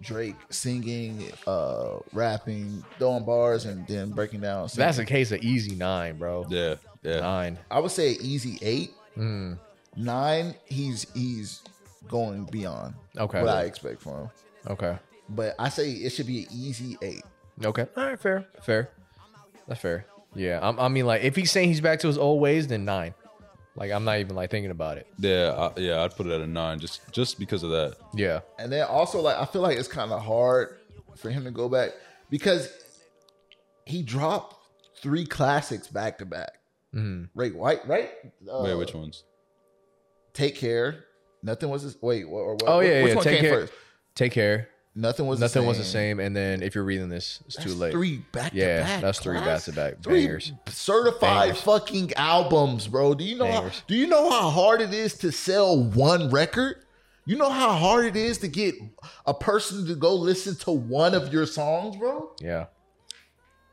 C: Drake singing, uh, rapping, throwing bars, and then breaking down. singing.
A: That's a case of easy nine, bro.
B: Yeah. Yeah.
A: Nine.
C: I would say easy eight, nine. He's he's going beyond
A: Okay.
C: what I expect from him.
A: Okay.
C: But I say it should be an easy eight.
A: Okay. All right. Fair. Fair. That's fair. Yeah. I'm, I mean, like, if he's saying he's back to his old ways, then nine. Like, I'm not even like thinking about it.
B: Yeah. I, yeah. I'd put it at a nine just just because of that.
A: Yeah.
C: And then also like I feel like it's kind of hard for him to go back because he dropped three classics back to back.
A: Mm-hmm.
C: Right, right, right. Uh,
B: Wait, which ones?
C: Take care. Nothing was his, wait. What, or what,
A: Oh,
C: which-
A: yeah,
C: Which
A: yeah,
C: one
A: Take
C: came
A: Care.
C: first?
A: Take care.
C: Nothing was
A: Nothing
C: the same.
A: was the same. And then if you're reading this, it's
C: That's
A: too late.
C: Three back
A: Yeah,
C: to back.
A: that's three back-to-back
C: Three
A: bangers. <laughs>
C: certified
A: Bangers.
C: fucking albums, bro. Do you know? How,
A: Bangers.
C: do you know how hard it is to sell one record? You know how hard it is to get a person to go listen to one of your songs, bro.
A: Yeah.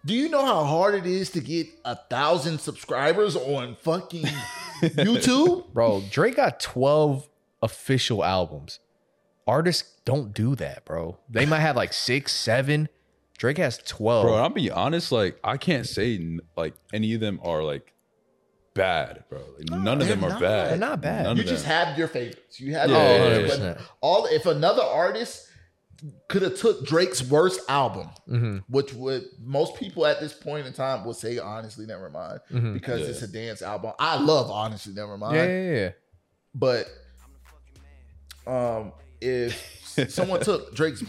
C: Do you know how hard it is to get a thousand subscribers on
A: <laughs>
C: fucking YouTube?
A: Bro, Drake got 12 official albums. Artists don't do that, bro. They might have like six, seven. Drake has 12.
B: Bro, I'm being honest. Like, I can't say n- like any of them are like bad, bro. Like, none of
C: they're
B: them are
C: not.
B: bad.
A: They're not bad.
B: None
C: You
B: of
C: just
B: them.
C: have your favorites. You have
B: Yeah,
C: your
B: yeah,
C: favorites,
A: yeah,
C: but
A: yeah.
C: all if another artist could have took Drake's worst album,
A: Mm-hmm.
C: which would most people at this point in time would say honestly never mind
A: Mm-hmm.
C: because
B: Yeah.
C: it's a dance album. I love honestly never mind,
A: yeah, yeah, yeah.
C: but um if s- someone took Drake's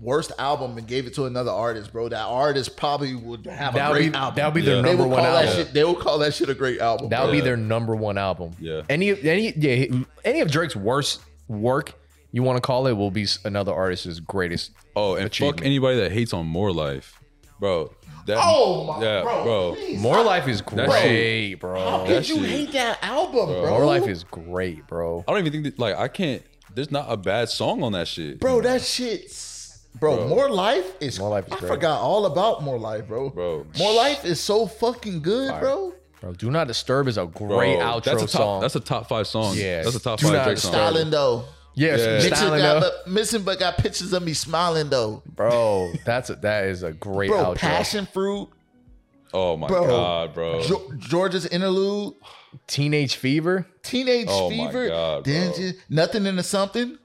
C: worst album and gave it to another artist, bro, that artist probably would have a
A: That'll
C: great
A: be,
C: album.
A: that'll be
B: Yeah.
A: their
C: they
A: number
C: would
A: one
C: call that
A: album.
C: shit. They would call that shit a great album.
A: That'll
C: bro.
A: be their number one album.
B: Yeah.
A: Any of any yeah, he- any of Drake's worst work, you want to call it, will be s- another artist's greatest.
B: Oh, and fuck
A: achievement.
B: anybody that hates on more life, bro. That,
C: Oh my,
B: yeah,
C: bro,
B: bro.
C: please.
A: More Life is
B: That
A: great,
C: How
A: bro.
C: could
B: that
C: you
B: shit-
C: hate that album, bro?
A: More Life is great, bro.
B: I don't even think that, like I can't. There's not a bad song on that shit,
C: bro. That shit's bro, More life is.
A: More Life is
C: I
A: great.
C: forgot all about more life, bro.
B: Bro.
C: more life is so fucking good, bro.
A: Bro, Do Not Disturb is a
B: Bro,
A: great outro
B: that's a top,
A: song.
B: That's a top five song.
A: Yeah.
B: that's a top
A: Do
B: five
A: not
B: Drake song.
A: stop.
C: Styling though.
A: yes,
B: Yeah.
A: Mixing
C: Mixing
A: Up.
C: got, but missing, but got pictures of me smiling though.
A: bro. <laughs> That's a, that is a great
C: Bro,
A: outro.
C: passion fruit.
B: Oh my
C: Bro.
B: god, bro.
C: Geo- Georgia's interlude.
A: Teenage Fever.
C: Teenage
B: Oh my
C: fever.
B: God, bro.
C: Dungeon- nothing into something.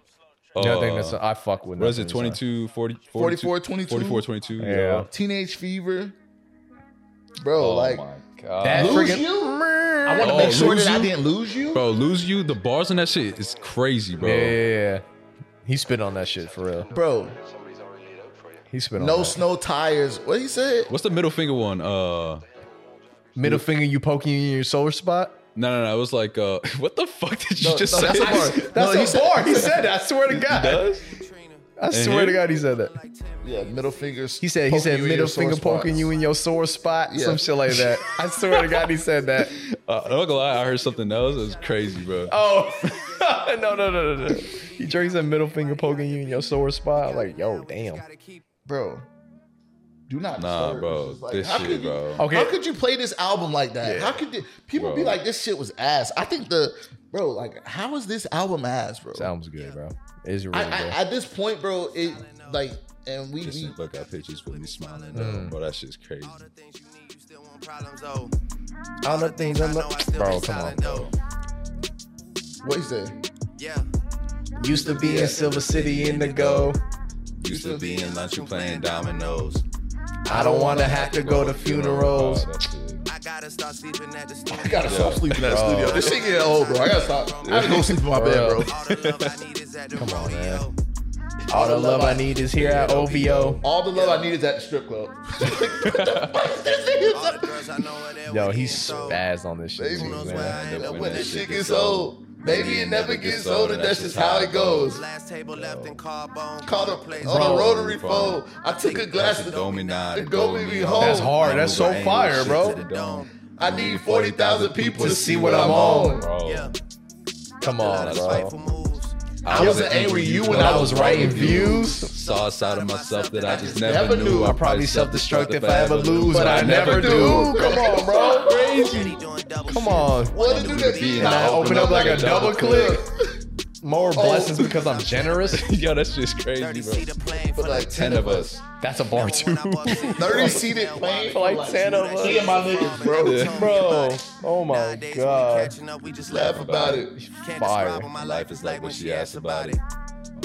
B: Uh,
A: Nothing that's I fuck with.
B: what is it?
A: Nothing That's
B: 22, 40,
C: 44, 22?
B: 44, 22.
A: Not- Yeah.
C: Teenage fever. Bro,
B: Oh
C: like
B: my god.
A: That
C: lose
A: friggin-
C: you. I want to
B: Oh,
C: make sure
B: Lose
C: that I
B: You?
C: didn't lose you.
B: bro, lose you. The bars on that shit is crazy, bro.
A: Yeah, yeah, yeah. He spit on that shit for real.
C: Bro,
A: He spit on
C: no
A: that.
C: snow tires. What he said?
B: What's the middle finger one? Uh,
A: Middle finger, you poking in your sore spot.
B: no, no, no. It was like, uh, <laughs> what the fuck did you
C: No,
B: just
C: no,
B: say?
C: that's a bar.
A: That's
C: No,
A: a
C: he said-
A: bar. He said that. I swear
B: <laughs>
A: to God. I swear
B: here?
A: to God, he said that.
C: Yeah, middle fingers.
A: He said he
C: poking
A: said
C: you in
A: middle
C: your sore
A: finger poking
C: spots.
A: you in your sore spot,
C: Yeah.
A: some shit like
C: <laughs>
A: that. I swear to God, he said that.
B: <laughs> Uh, I'm not gonna lie, I heard something else. It was crazy, bro.
A: Oh, no, no, no, no, no. <laughs> He drinks a middle finger poking you in your sore spot. I'm like, yo, damn.
C: bro. Do not
B: Nah,
C: disturb.
B: bro,
C: It's just like,
B: this
C: how
B: shit,
C: could you,
B: bro.
A: Okay.
C: How could you play this album like that?
A: Yeah.
C: How could the- people be
B: Bro.
C: like, this shit was ass? I think the bro, like, how is this album ass, bro?
A: Sounds good, bro. It's really
C: I,
A: good.
C: I, at this point, bro, it like, and we,
B: Just
C: we
B: look at pictures with me smiling,
A: Hmm.
B: bro. That shit's crazy.
E: All the things I know, I still
A: Bro,
E: bro,
A: come on,
E: though.
C: what he said.
E: Yeah.
A: Used to be in Silver City Indigo.
B: Used to be in lunch, you playing dominoes.
A: I don't want to have to go to funerals.
B: Oh, that's it.
E: I gotta start sleeping at the
C: I
E: studio.
C: gotta stop sleeping in that studio. This shit getting old, bro. I gotta stop. I
A: <laughs>
C: gotta go sleep in my bed,
A: Bro.
C: bro.
E: All the love I need is at the Come
A: on, man.
E: rodeo.
A: All the love I need is here at OVO.
C: All the love I need is at the strip club.
E: <laughs> All the girls I know are there
A: Yo,
E: with me,
A: he's
E: so
A: spazzed on this shit, too,
E: Who knows
A: man.
E: where I end up
C: when
E: with
C: this
E: this
C: shit gets old, maybe it never gets older. That's just how it goes.
E: Last table left in carbone.
C: Caught
E: Call the
C: a,
E: place.
C: on a
B: Bro.
C: rotary phone. I took a glass of
B: Domi nine.
C: Go
B: Domi
C: me
B: nine.
C: home. That's
A: hard. That's so
B: I ain't
A: fire,
B: shit
A: bro.
B: to the dome.
C: I need 40,000 people to see what I'm on.
B: Bro.
E: Yeah.
A: Come
E: A lot
A: on,
E: of
A: bro.
E: spiteful moves.
C: I wasn't angry at you when I was writing <laughs> views,
B: Saw a side of myself that I just never,
C: Never
B: knew.
C: knew.
B: I
C: I
A: Probably
B: probably
A: self-destruct
B: self-destruct
A: if I ever lose, but I never do. Come on, bro.
E: Steady doing double
A: Come
E: shit.
A: on.
C: What to do that
B: Beat
C: beat?
B: and I
A: open up like a double click.
C: Oh.
A: More blessings because I'm
C: <laughs>
A: generous.
B: Yo, that shit's crazy,
E: Thirty
B: bro.
E: seater plane for
C: like
E: like
C: 10
B: Ten of us.
A: That's a bar too. <laughs>
C: 30 seated plane.
A: For like ten of
E: He and
A: us,
C: My niggas, bro.
A: bro. Oh my
E: Nowadays, we
A: god.
E: catching up, we just
C: Laugh about it.
E: Can't
A: Fire.
E: describe what my life is like when she asks about it.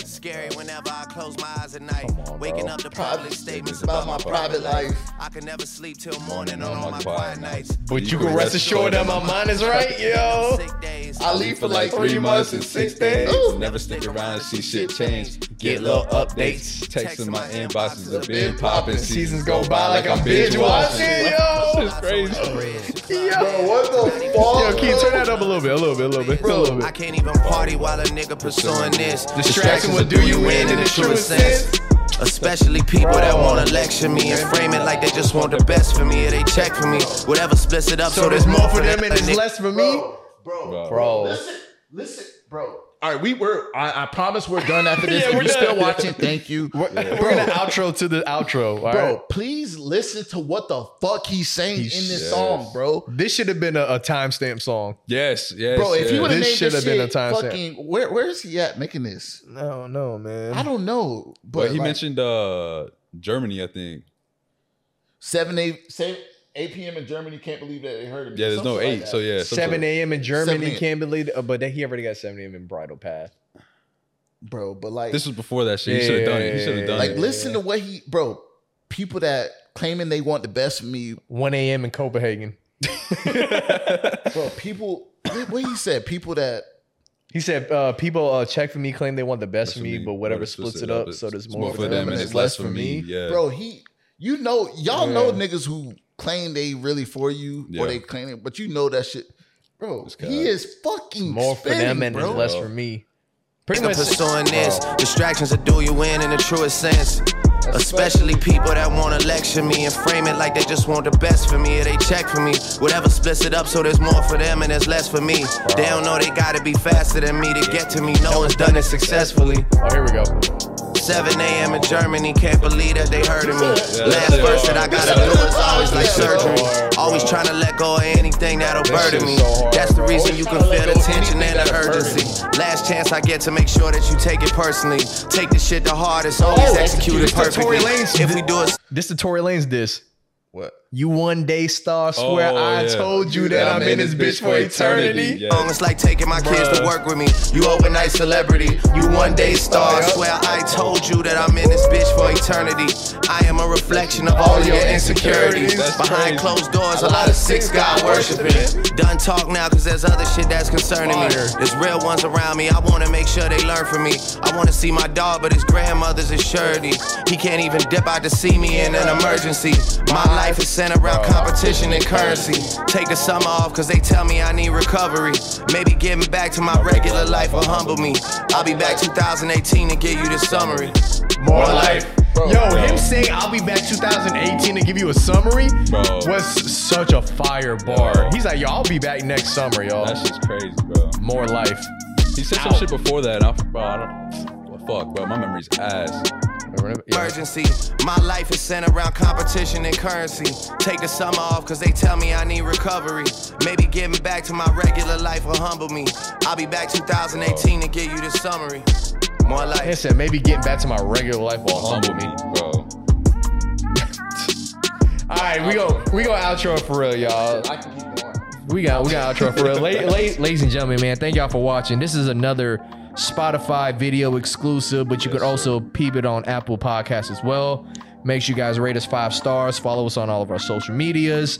E: Scary whenever I close my eyes at night.
A: on,
E: Waking
A: bro.
E: up to
C: Probably
E: public statements
C: about my private life.
E: I can never sleep till morning on all my quiet nights.
A: But you can rest assured that my mind is right, yo.
E: Sick days.
C: I leave for like three months and six days.
B: Ooh.
C: Ooh.
B: Never stick around and see shit change. Get
A: Get
B: little
A: little
B: updates.
A: updates.
B: Texts in my inboxes have been
C: Been
B: popping.
C: popping.
A: Seasons go by like I'm binge watching, yo.
B: This is crazy.
A: Yo,
C: What the
A: yo,
C: fuck?
A: can you turn that up a little bit, a little bit, a little bit, a little
E: Bro,
A: bit.
E: I can't even party while a nigga pursuing this.
A: Distraction will do you in in the truest sense.
E: Especially people that wanna lecture me and frame it like they just want the best for me or they check for me. Whatever splits it up, so,
A: So there's more for them and there's less for me,
C: Bro,
A: bro.
C: listen, listen, bro. All right, we were. I, I promise we're done after this.
A: Yeah,
C: if
A: we're
C: you're still
A: done.
C: watching, thank you.
A: We're, we're gonna outro to the outro, all
C: Bro,
A: right?
C: please listen to what the fuck he's saying
A: He's-
C: in this
A: yes.
C: song, bro.
A: This should have been a, a timestamp song.
B: Yes, yes.
C: Bro, if
B: yes.
C: you would have
A: This
C: made
A: should
C: this
A: have been a
C: shit
A: timestamp.
C: fucking, where where is he at making this?
A: No, no, man.
C: I don't know, but
B: But he
C: like,
B: mentioned uh Germany, I think.
C: seven eight seven eight p.m. in Germany. Can't believe that they heard of me.
B: Yeah, there's no
C: Something like
B: eight.
C: that.
B: so yeah, some sort of-
A: 7 a.m. in Germany,
C: 7
A: can't believe it. But that he already got 7 a.m. in Bridal Path.
C: bro, but like
B: This was before that shit. He
A: Yeah,
B: should have done
A: yeah,
B: it. He should have done
C: Like,
B: it.
C: listen to what he, bro. People that claiming they want the best for me,
A: 1 a.m. in Copenhagen.
C: <laughs> bro. People, what, what he said? People that,
A: He said, uh, people uh, check for me, claim they want the best for me, but whatever splits it up,
B: it's-
A: so there's
B: it's
A: more for them and it's less for me.
B: Yeah.
C: bro. He, you know, y'all know niggas who claim they really for you
B: Yeah.
C: or they claim it, but you know that shit, bro.
B: guy.
C: He is fucking
A: More for them and
C: bro.
A: it's less for me. Pretty
E: Nigga
A: much
E: pursuing this. Distractions that do you in in the truest sense. Especially people that wanna lecture me and frame it like they just want the best for me or they check for me. Whatever splits it up so there's more for them and there's less for me. They don't know they gotta be faster than me to get to me. No one's done it successfully.
A: Oh, here we go.
E: 7 a.m. in Germany, can't believe that they heard of me. Last verse that I gotta do is always like surgery. Always trying to let go of anything that'll burden me. That's the reason you can feel the tension and the urgency. Last chance I get to make sure that you take it personally. Take the shit the hardest,
A: Oh,
E: always execute it perfectly. If we do it
A: This the Tory Lanez diss.
C: What?
A: You one day star, swear
B: Oh,
A: I
B: yeah.
A: told you that
B: Yeah,
A: I'm in this bitch for eternity.
B: Yeah.
E: Long it's like taking my kids to
B: Bruh.
E: work with me. You overnight celebrity, you one day star. Swear I told you that I'm in this bitch for eternity. I am a reflection of all your insecurities.
B: That's crazy.
E: Behind closed doors, a lot of six God worshiping. Done talk now, cause there's other shit that's concerning me. There's real ones around me, I wanna make sure they learn from me. I wanna see my dog, but his grandmother's a surety. He can't even dip out to see me in an emergency. My life is centered around competition and currency. Take the summer off, cause they tell me I need recovery. Maybe getting back to my regular life will humble me. I'll be back 2018 and give you the summary.
A: More life. Yo,
B: Bro.
A: him saying I'll be back 2018 to give you a summary
B: Bro.
A: was such a fire bar.
B: Yo.
A: He's like, yo, I'll be back next summer, y'all.
B: That's just crazy, bro.
A: More life.
B: He said some shit before that, and I, bro, I don't. Well, fuck, bro, my memory's ass.
A: Yeah.
E: emergency. My life is centered around competition and currency. Take the summer off cause they tell me I need recovery. Maybe getting back to my regular life will humble me. I'll be back 2018 to give you the summary. More
A: He
E: life.
A: said maybe getting back to my regular life will humble
B: Humble
A: me.
B: me, bro.
A: <laughs> All right, we go, we go outro for real, y'all.
C: I can keep going.
A: We got we got outro for real. La- la- ladies and gentlemen, man, thank y'all for watching. This is another Spotify video exclusive, but you could also peep it on Apple Podcasts as well. Make sure you guys rate us five stars. Follow us on all of our social medias.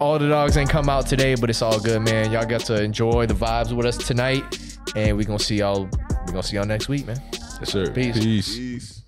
A: All the dogs ain't come out today, but it's all good, man. Y'all got to enjoy the vibes with us tonight, and we gonna see y'all. We gonna see y'all next week, man.
B: Yes, sir.
A: Peace.
B: Peace.
F: Peace.